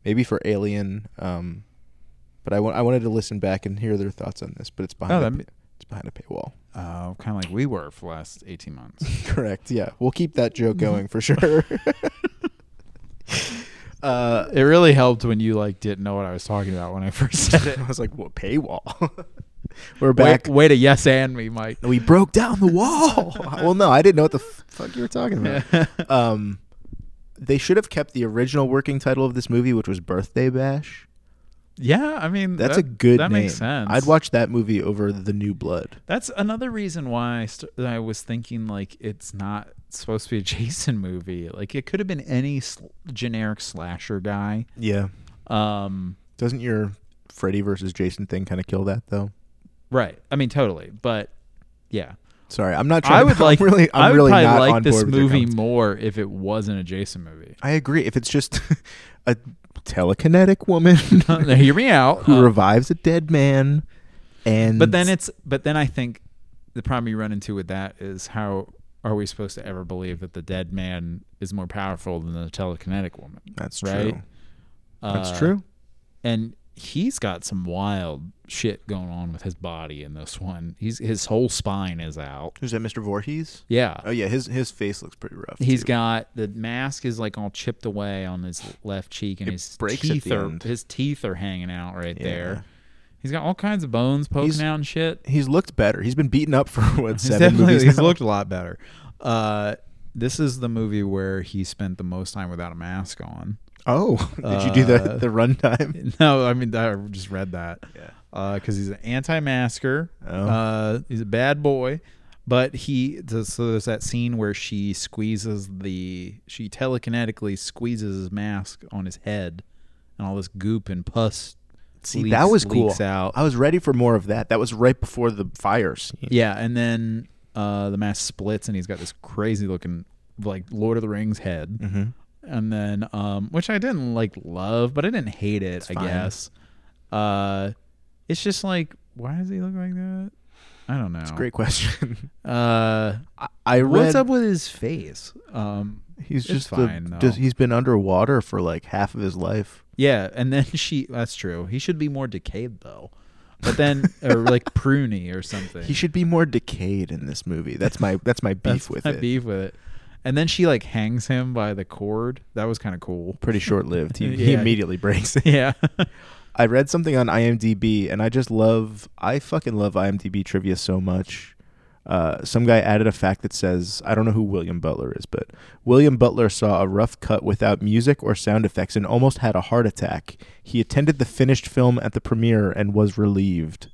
B: maybe for Alien. Um, but I wa- I wanted to listen back and hear their thoughts on this, but it's behind
A: Oh,
B: a
A: that'd
B: pa- it's behind a paywall.
A: Uh, kind of like we were for the last eighteen months.
B: Correct. Yeah, we'll keep that joke going for sure. uh,
A: it really helped when you like didn't know what I was talking about when I first said it.
B: I was like, "What paywall?" We're
A: Wait,
B: back.
A: way to yes and me, Mike.
B: We broke down the wall. well, no, I didn't know what the f- fuck you were talking about. um, they should have kept the original working title of this movie, which was Birthday Bash.
A: Yeah, I mean
B: That's
A: that-
B: a good.
A: That
B: name.
A: makes sense.
B: I'd watch that movie over The New Blood.
A: That's another reason why I, st- I was thinking like it's not supposed to be a Jason movie. Like it could have been any sl- generic slasher guy.
B: Yeah.
A: Um,
B: Doesn't your Freddy versus Jason thing kind of kill that though?
A: right. I mean, totally. But yeah.
B: Sorry, I'm not trying.
A: I would
B: to,
A: like.
B: I'm really, I'm
A: I would
B: really
A: probably
B: not on
A: like this
B: board with your
A: movie
B: comments.
A: more if it was an adjacent movie.
B: I agree. If it's just a telekinetic woman
A: now, hear me out.
B: who
A: Uh,
B: revives a dead man, and
A: but then it's. But then I think the problem you run into with that is how are we supposed to ever believe that the dead man is more powerful than the telekinetic woman?
B: that's true.
A: right?
B: That's
A: Uh,
B: true.
A: and he's got some wild shit going on with his body in this one. He's his whole spine is out.
B: Who's that, Mr. Voorhees?
A: Yeah.
B: Oh yeah, his his face looks pretty rough.
A: He's
B: too.
A: got the mask is like all chipped away on his left cheek and
B: It
A: his
B: breaks at
A: teeth
B: the
A: are
B: end.
A: his teeth are hanging out right
B: Yeah.
A: there. He's got all kinds of bones poking
B: He's-
A: out and shit.
B: He's looked better. He's been beaten up for what
A: He's
B: seven
A: definitely
B: movies.
A: he's
B: now?
A: looked a lot better. Uh this is the movie where he spent the most time without a mask on.
B: oh, did you do
A: Uh,
B: the the runtime?
A: No, I mean I just read that.
B: Yeah.
A: because he's an anti-masker.
B: Oh.
A: Uh, he's a bad boy, but he so there's that scene where she squeezes the she telekinetically squeezes his mask on his head, and all this goop and pus.
B: See,
A: leaks-
B: that was cool.
A: leaks out.
B: I was ready for more of that. That was right before the fire scene.
A: Yeah, and then uh, the mask splits, and he's got this crazy looking like Lord of the Rings head.
B: Mm-hmm.
A: And then, um, which I didn't like love, but I didn't hate it. I
B: fine.
A: guess. Uh, it's just like, why does he look like that? I don't know. It's
B: Great question.
A: Uh,
B: I, I read
A: what's up with his face? Um,
B: he's
A: It's
B: just the-
A: fine, though.
B: just- he's been underwater for like half of his life.
A: yeah, and then she. That's true. He should be more decayed though. But then, or like pruny or something.
B: He should be more decayed in this movie. That's my that's my beef
A: That's
B: with
A: my
B: it.
A: Beef with it. And then she like hangs him by the cord. That was kind of cool.
B: Pretty short lived. He, he
A: Yeah.
B: immediately breaks it.
A: Yeah.
B: I read something on IMDb, and I just love. I fucking love IMDb trivia so much. Uh, some guy added a fact that says, I don't know who William Butler is, but William Butler saw a rough cut without music or sound effects and almost had a heart attack. He attended the finished film at the premiere and was relieved.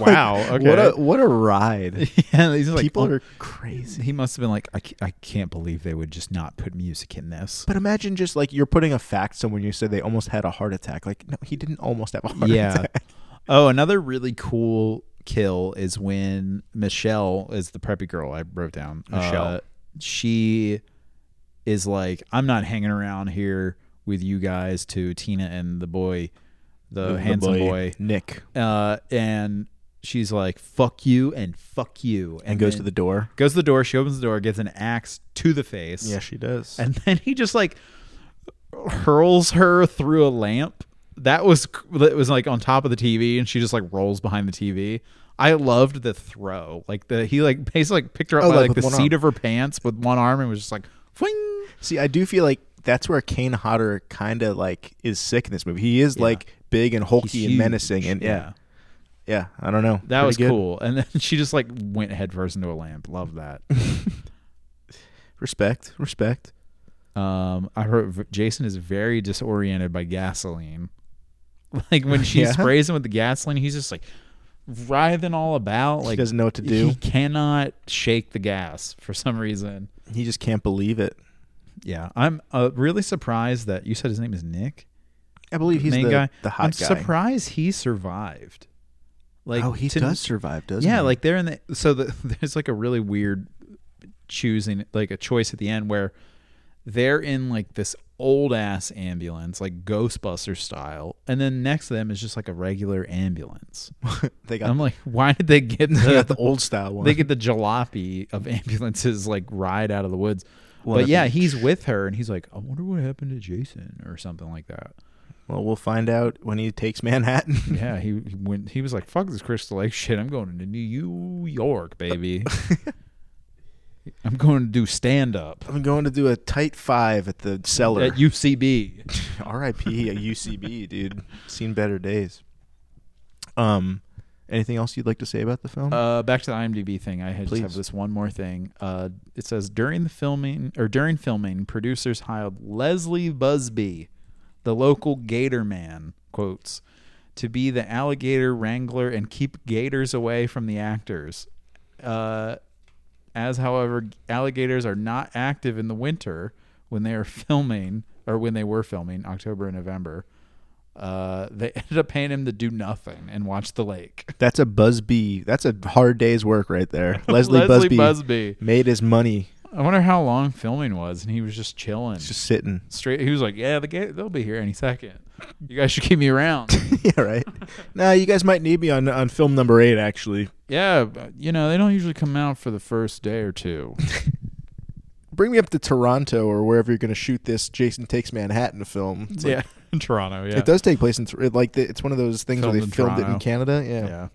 A: wow. Okay.
B: What a what a ride!
A: yeah, these are like
B: People
A: oh,
B: are crazy.
A: He must have been like, I, ca- I can't believe they would just not put music in this.
B: But imagine just like you're putting a fact somewhere. and You said they almost had a heart attack. Like no, he didn't almost have a heart
A: yeah.
B: attack.
A: Oh, another really cool kill is when Michelle is the preppy girl I wrote down.
B: Michelle.
A: Uh, she is like, I'm not hanging around here with you guys to Tina and the boy, the, handsome boy.
B: Nick,
A: Uh, and she's like, fuck you and fuck you. And,
B: and, goes
A: then
B: to the door.
A: goes to the door. She opens the door, gets an axe to the face.
B: she does.
A: and then he just like hurls her through a lamp that was that was like on top of the tv and she just like rolls behind the tv i loved the throw like the he like basically like picked her up
B: Oh,
A: by
B: like,
A: like,
B: with
A: the
B: one
A: seat
B: arm.
A: of her pants with one arm and was just like Fling!
B: See, I do feel like that's where Kane Hodder kind of like is sick in this movie. He is like big and hulky and
A: huge.
B: menacing, and yeah, yeah, I don't know.
A: that
B: Pretty
A: was
B: good.
A: cool and then she just like went headfirst into a lamp love that
B: Respect, respect.
A: um i heard v- jason is very disoriented by gasoline like when she
B: Yeah.
A: sprays him with the gasoline he's just like writhing all about like
B: he doesn't know what to do.
A: He cannot shake the gas for some reason.
B: He just can't believe it.
A: Yeah, I'm uh, really surprised that you said his name is Nick,
B: I believe he's
A: main
B: the,
A: guy.
B: the hot
A: I'm
B: guy.
A: surprised he survived. Like,
B: oh, he
A: to-
B: does survive, doesn't
A: Yeah,
B: he?
A: like they're in the so the, there's like a really weird choosing, like a choice at the end where they're in like this old ass ambulance, like Ghostbuster style, and then next to them is just like a regular ambulance.
B: they got,
A: I'm like, why did they get
B: they got
A: the
B: the old style one.
A: they get the jalopy of ambulances like ride out of the woods.
B: One
A: but
B: of
A: yeah,
B: each.
A: he's with her and he's like, I wonder what happened to Jason or something like that.
B: well, we'll find out when he takes Manhattan.
A: Yeah, he he went he was like, Fuck this Crystal Lake shit, I'm going to New York, baby. I'm going to do stand up
B: I'm going to do a tight five at the cellar.
A: at UCB.
B: R.I.P. a UCB, dude. Seen better days. Um, anything else you'd like to say about the film?
A: Uh, back to the IMDb thing. I just have
B: Please.
A: this one more thing. Uh, it says during the filming or during filming, producers hired Leslie Busby, the local Gator man, quotes, to be the alligator wrangler and keep gators away from the actors. Uh, as, however, alligators are not active in the winter when they are filming or when they were filming October and November. Uh, they ended up paying him to do nothing and watch the lake.
B: That's a Busby. That's a hard day's work right there. Leslie, Busby,
A: Busby.
B: made his money
A: I wonder how long filming was, and he was just chilling.
B: just sitting.
A: straight. He was like, "Yeah, the gate, they'll be here any second. You guys should keep me around."
B: yeah, right. nah, you guys might need me on on film number eight. Actually,
A: yeah, but, you know they don't usually come out for the first day or two.
B: bring me up to Toronto or wherever you're going to shoot this. Jason takes Manhattan film. It's like-
A: in Toronto. Yeah,
B: It does take place in Tor- it, like it's one of those things where
A: Filmed
B: they
A: in
B: filmed it in
A: Toronto.
B: Canada. Yeah.
A: Yeah,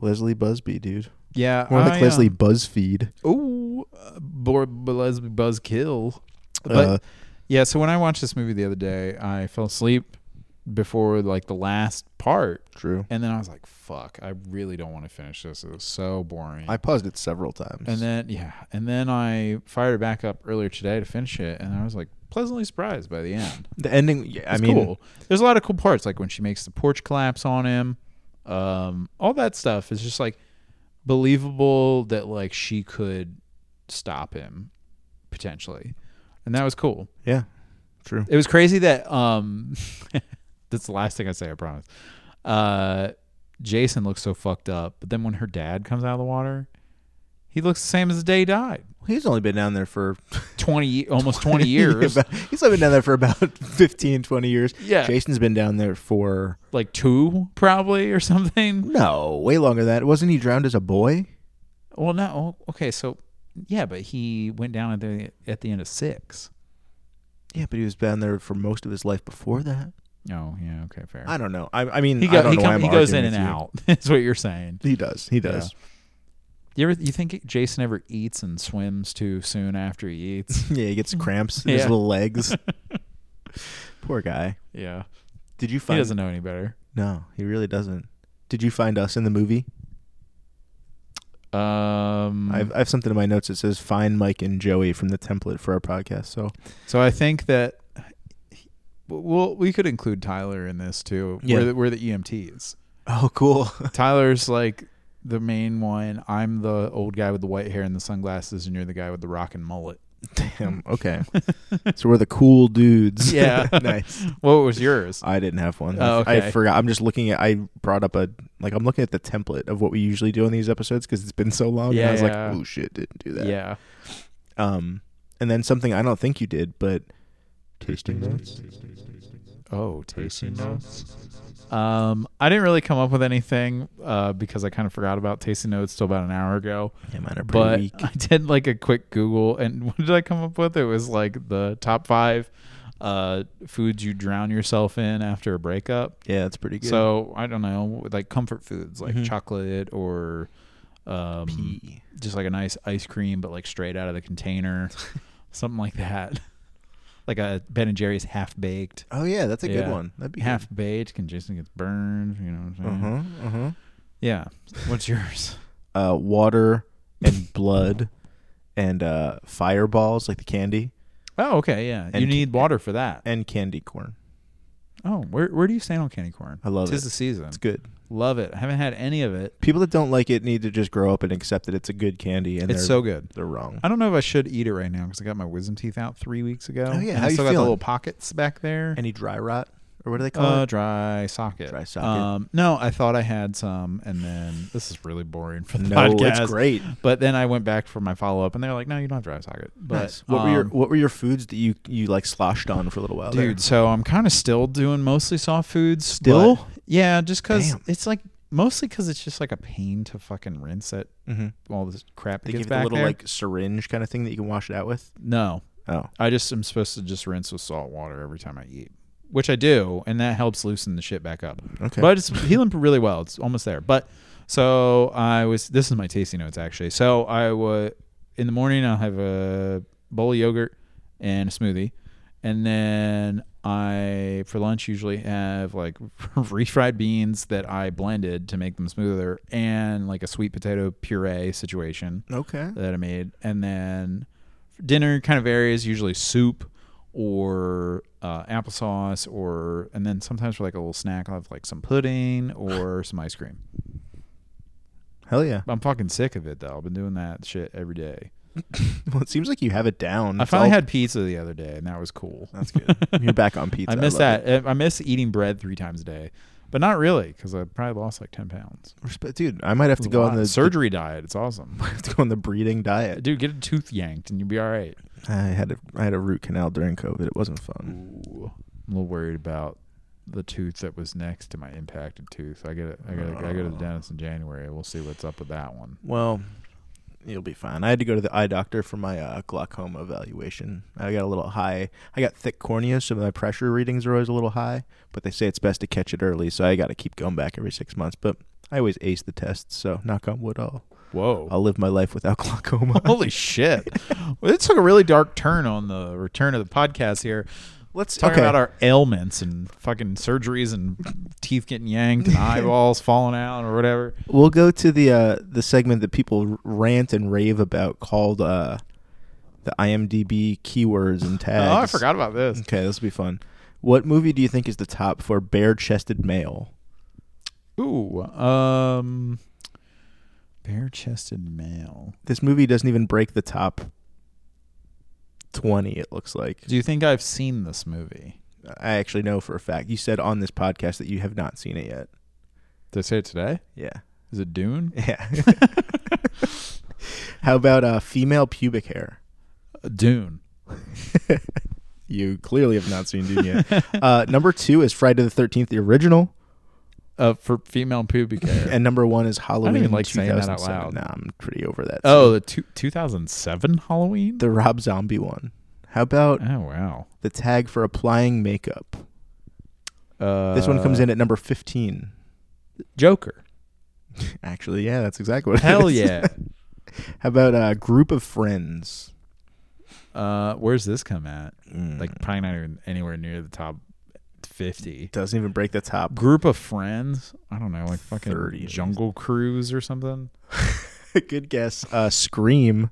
B: Leslie Busby, dude.
A: Ah, yeah.
B: More like Leslie Buzzfeed.
A: Ooh, uh, Bor- Leslie Buzzkill. But
B: Uh,
A: yeah, so when I watched this movie the other day, I fell asleep before like the last part,
B: true.
A: and then I was like, "Fuck, I really don't want to finish this. It was so boring."
B: I paused it several times.
A: And then yeah, and then I fired it back up earlier today to finish it, and I was like pleasantly surprised by the end.
B: the ending. Yeah, I
A: It's
B: mean,
A: cool. There's a lot of cool parts, like when she makes the porch collapse on him. Um, all that stuff is just like believable that like she could stop him potentially, and that was cool.
B: yeah, true.
A: It was crazy that um, that's the last thing I say. I promise. Uh, Jason looks so fucked up, but then when her dad comes out of the water, he looks the same as the day he died.
B: He's only been down there for
A: 20 ye- almost 20 years
B: about- he's only been down there for about 15, 20 years.
A: Yeah.
B: Jason's been down there for
A: like two probably or something
B: no, way longer than that. Wasn't he drowned as a boy?
A: well no okay so yeah but he went down at the at the end of six.
B: Yeah, but he was down there for most of his life before that.
A: Oh yeah okay fair
B: I don't know. I, I mean,
A: he,
B: I
A: go,
B: don't
A: he,
B: know
A: come-
B: why I'm
A: he goes in
B: arguing
A: and
B: with
A: out
B: you.
A: that's what you're saying
B: He does. He does.
A: you ever you think jason ever eats and swims too soon after he eats
B: Yeah, he gets cramps in his
A: Mm. Yeah.
B: little legs. Poor guy.
A: yeah
B: Did you find
A: he doesn't know any better
B: No, he really doesn't. Did you find us in the movie?
A: um
B: I've I have something in my notes that says find Mike and Joey from the template for our podcast. So
A: So I think that well, we could include Tyler in this too.
B: Yeah.
A: We're, the, we're the E EMTs.
B: Oh cool.
A: Tyler's like the main one. I'm the old guy with the white hair and the sunglasses, and you're the guy with the rock and mullet.
B: Damn. Okay. so we're the cool dudes.
A: Yeah.
B: nice.
A: What was yours?
B: I didn't have one.
A: Oh,
B: I
A: okay.
B: forgot. I'm just looking at. I brought up a like. I'm looking at the template of what we usually do on these episodes because it's been so long. and I
A: Yeah,
B: was
A: yeah.
B: like, oh shit, didn't do that.
A: Yeah.
B: Um, and then something I don't think you did, but tasting notes.
A: Oh, tasty notes. Um, I didn't really come up with anything uh, because I kind of forgot about tasty notes till about an hour ago.
B: Yeah, mine are pretty
A: but
B: weak.
A: I did like a quick Google, and what did I come up with? It was like the top five uh, foods you drown yourself in after a breakup.
B: Yeah, that's pretty good.
A: So I don't know, like comfort foods like
B: Mhm.
A: chocolate or um,
B: Pee.
A: just like a nice ice cream, but like straight out of the container, something like that. Like a Ben and Jerry's half baked,
B: Oh yeah, that's a good
A: Yeah.
B: one. That'd be
A: half baked, and Jason gets burned. You know what I'm
B: Uh
A: saying?
B: huh. Uh huh.
A: Yeah. What's yours?
B: uh, water and blood and uh, fireballs like the candy
A: Oh, okay, yeah.
B: And
A: you
B: ca-
A: need water for that.
B: and candy corn.
A: Oh, where where do you stand on candy corn?
B: I love
A: Tis
B: it.
A: the season.
B: It's good.
A: Love it. I haven't had any of it.
B: People that don't like it need to just grow up and accept that it's a good candy and
A: it's
B: they're
A: so good.
B: they're wrong.
A: I don't know if I should eat it right now because I got my wisdom teeth out three weeks ago.
B: Oh, yeah.
A: and
B: How
A: I
B: you
A: still got
B: feeling?
A: the little pockets back there.
B: Any dry rot or what do they call
A: uh,
B: it?
A: dry socket.
B: Dry socket.
A: Um, no, I thought I had some, and then this is really boring for the
B: No,
A: podcast.
B: it's great.
A: But then I went back for my follow up, and they're like, "No, you don't have dry socket." But
B: Nice. What were your
A: um,
B: What were your foods that you you like sloshed on for a little while? there?
A: dude so i'm kind of still doing mostly soft foods
B: Still?
A: but- yeah just because
B: Damn.
A: it's like mostly because it's just like a pain to fucking rinse it
B: Mhm.
A: all this crap that
B: they
A: gets
B: give it a
A: back
B: little
A: there
B: like syringe kind of thing that you can wash it out with.
A: no
B: Oh,
A: i just am supposed to just rinse with salt water every time i eat which i do and that helps loosen the shit back up
B: okay.
A: but it's healing really well it's almost there but so i was this is my tasty notes actually so i was in the morning i'll have a bowl of yogurt and a smoothie and then i for lunch usually have like refried beans that i blended to make them smoother and like a sweet potato puree situation
B: okay.
A: that I made, and then dinner kind of varies. Usually soup or uh, applesauce, or and then sometimes for like a little snack, I'll have like some pudding or some ice cream.
B: Hell yeah.
A: I'm fucking sick of it though. I've been doing that shit every day.
B: well, it seems like you have it down.
A: I
B: It's
A: finally
B: all-
A: had pizza the other day, and that was cool.
B: That's good. You're back on pizza.
A: I miss
B: love
A: that.
B: it.
A: Uh, I miss eating bread three times a day, but not really because I probably lost like ten pounds.
B: Respe- dude. I might have to
A: It's a
B: go
A: lot.
B: on the
A: surgery diet. It's awesome,
B: I have to go on the breeding diet.
A: dude. Get a tooth yanked and you'll be all right.
B: I had a I had a root canal during COVID. It wasn't fun.
A: Ooh, I'm a little worried about the tooth that was next to my impacted tooth. I got I got I go to the dentist in January. We'll see what's up with that one.
B: Well, you'll be fine. I had to go to the eye doctor for my uh, glaucoma evaluation. I got a little high. I got thick cornea, so my pressure readings are always a little high. But they say it's best to catch it early, so I got to keep going back every six months. But I always ace the tests, so knock on wood, I'll
A: Whoa.
B: I'll live my life without glaucoma.
A: Holy shit. Well, it took a really dark turn on the return of the podcast here. Let's talk
B: Okay.
A: about our ailments and fucking surgeries and teeth getting yanked and eyeballs falling out or whatever.
B: We'll go to the uh, the segment that people r- rant and rave about called uh, the IMDb keywords and tags.
A: Oh, I forgot about this.
B: Okay, this will be fun. What movie do you think is the top for bare-chested male?
A: Ooh. Um bare chested male.
B: This movie doesn't even break the top twenty. It looks like
A: Do you think I've seen this movie?
B: I actually know for a fact. You said on this podcast that you have not seen it yet.
A: Did I say it today?
B: Yeah,
A: Is it Dune?
B: yeah. How about uh, female pubic hair?
A: Uh, Dune.
B: You clearly have not seen Dune yet. uh, number two is Friday the Thirteenth, the original.
A: Uh, for female pubic hair.
B: and number one is Halloween.
A: even like saying that out
B: 2007.
A: loud.
B: Nah, I'm pretty over that.
A: oh, the two, 2007 Halloween?
B: the Rob Zombie one. How about
A: oh, wow.
B: the tag for applying makeup?
A: Uh,
B: This one comes in at number 15.
A: Joker.
B: Actually, yeah, that's exactly what.
A: Hell
B: it is.
A: yeah.
B: How about a group of friends? Hmm,
A: Uh, where's this come at?
B: Like
A: Like probably not even anywhere near the top fifty.
B: doesn't even break the top.
A: Group of friends. I don't know, like fucking
B: 30.
A: Jungle Cruise or something.
B: Good guess. Uh, Scream.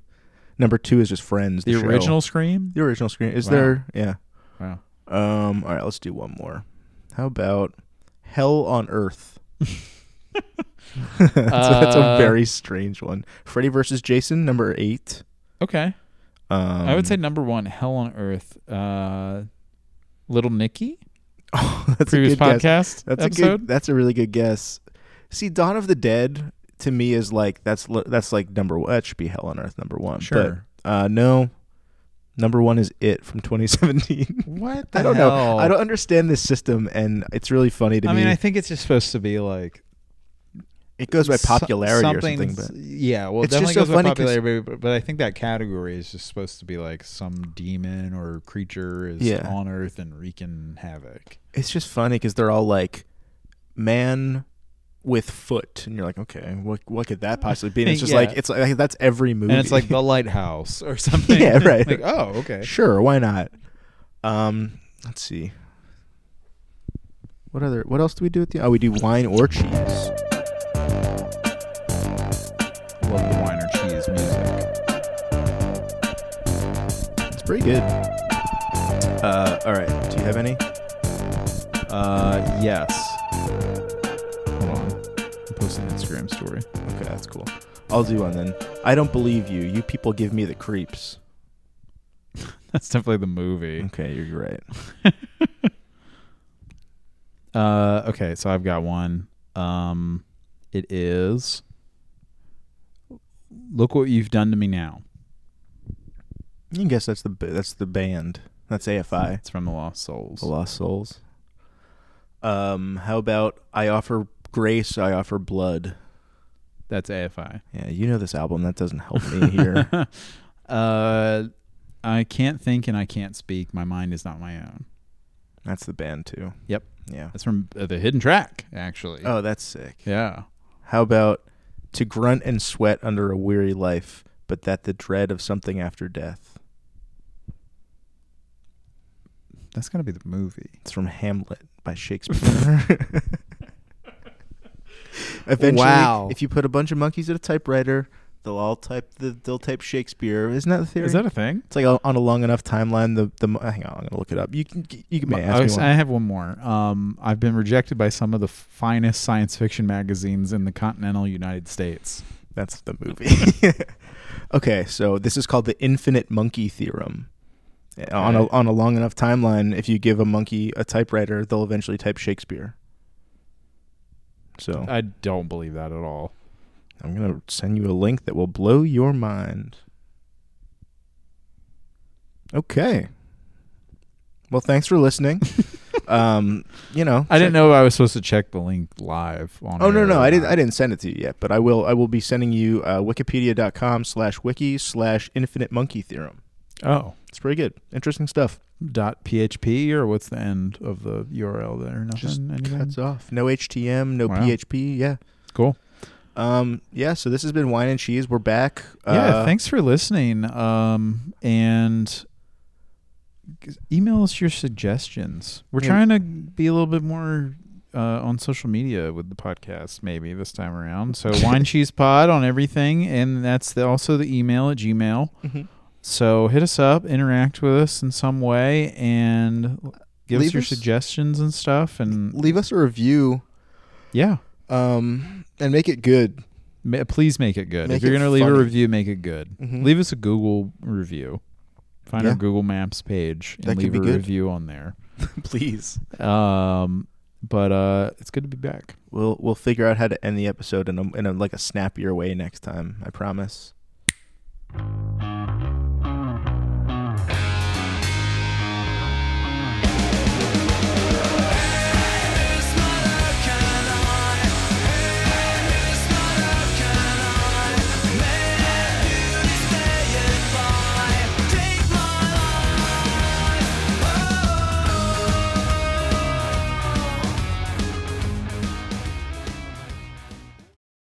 B: Number two is just Friends.
A: The
B: show.
A: original Scream.
B: The original Scream. Is
A: Wow.
B: there? Yeah.
A: Wow.
B: Um. All right. Let's do one more. How about Hell on Earth? that's, that's a
A: Uh,
B: very strange one. Freddy versus Jason, number eight.
A: Okay,
B: Um,
A: I would say number one, Hell on Earth. Uh, Little Nicky.
B: that's
A: previous
B: a good
A: podcast
B: guess. That's a
A: episode.
B: good. That's a really good guess. See, Dawn of the Dead to me is like that's li- that's like number one. That should be Hell on Earth number one.
A: Sure.
B: But, uh, no, number one is It from 2017.
A: what the
B: I don't know.
A: hell?
B: I don't understand this system, and it's really funny to
A: I
B: me.
A: mean, I think it's just supposed to be like
B: it goes by
A: so-
B: popularity or something, but
A: something's- yeah, well,
B: It's
A: it's definitely
B: just so
A: goes by
B: funny 'cause-
A: popularity, but, but I think that category is just supposed to be like some demon or creature is
B: Yeah.
A: on Earth and wreaking havoc.
B: it's just funny because they're all like man with foot, and you're like, okay, what what could that possibly be? And it's just
A: Yeah.
B: like it's like that's every movie,
A: And it's like the lighthouse or something.
B: Yeah, right.
A: like, oh, okay.
B: Sure, why not? Um, let's see. What other? What else do we do at the? Oh, we do wine or cheese.
A: Love the wine or cheese music.
B: It's pretty good. Uh, all right. Do you have any?
A: Uh, yes. Hold on. I'm posting an Instagram story.
B: Okay, that's cool. I'll do one then. I don't believe you. You people give me the creeps.
A: That's definitely the movie.
B: Okay, you're right.
A: Uh, okay, so I've got one. Um, it is. Look what you've done to me now.
B: You can guess that's the ba- that's the band. That's AFI.
A: It's from the Lost Souls.
B: The Lost Souls. Um, how about I offer grace, I offer blood.
A: That's AFI.
B: Yeah, you know this album. That doesn't help me here.
A: Uh, I can't think and I can't speak. My mind is not my own.
B: that's the band too.
A: Yep,
B: Yeah.
A: that's from uh, the hidden track, actually.
B: Oh, that's sick.
A: yeah.
B: How about to grunt and sweat under a weary life, but that the dread of something after death?
A: That's gotta be the movie.
B: It's from Hamlet by Shakespeare. Eventually,
A: Wow.
B: if you put a bunch of monkeys at a typewriter, they'll all type the they'll type Shakespeare. Isn't that the theory?
A: Is that a thing?
B: it's like on a long enough timeline. The the mo- hang on, I'm gonna look it up. You can you can may
A: I,
B: ask
A: was-
B: me
A: I
B: one.
A: have one more. Um, I've been rejected by some of the finest science fiction magazines in the continental United States.
B: That's the movie. Okay, so this is called the infinite monkey theorem. On a
A: Okay.
B: on a long enough timeline, if you give a monkey a typewriter, they'll eventually type Shakespeare. So Oh.
A: I don't believe that at all.
B: I'm gonna send you a link that will blow your mind. Okay. Well, thanks for listening. um, you know,
A: I didn't
B: check-
A: know I was supposed to check the link live. On
B: Oh no
A: air
B: no
A: or
B: I didn't
A: not.
B: I didn't send it to you yet but I will I will be sending you uh, wikipedia.com slash wiki slash infinite monkey theorem
A: Oh,
B: it's pretty good interesting stuff
A: dot PHP or what's the end of the URL there? Nothing.
B: Just
A: anything?
B: cuts off no HTM no
A: Mm-hmm. Wow.
B: PHP yeah
A: Cool.
B: um yeah so this has been wine and cheese we're back
A: yeah.
B: uh,
A: Thanks for listening. Um, and g- email us your suggestions. We're
B: Yeah.
A: trying to be a little bit more. Uh, on social media with the podcast, maybe this time around. So wine cheese pod on everything, and that's the, also the email at Gmail.
B: Mhm.
A: So hit us up, interact with us in some way, and give
B: Leave
A: us your
B: us-
A: suggestions and stuff. And
B: leave us a review
A: yeah,
B: um and make it good
A: ma- please make it good.
B: Make
A: if you're
B: it
A: gonna leave a
B: funny.
A: review, make it good.
B: Mhm.
A: Leave us a Google review. Find our
B: Yeah.
A: Google Maps page and
B: That could
A: leave
B: be
A: a
B: good.
A: review on there.
B: please
A: Um, but uh, it's good to be back.
B: we'll we'll figure out how to end the episode in a, in a like a snappier way next time I promise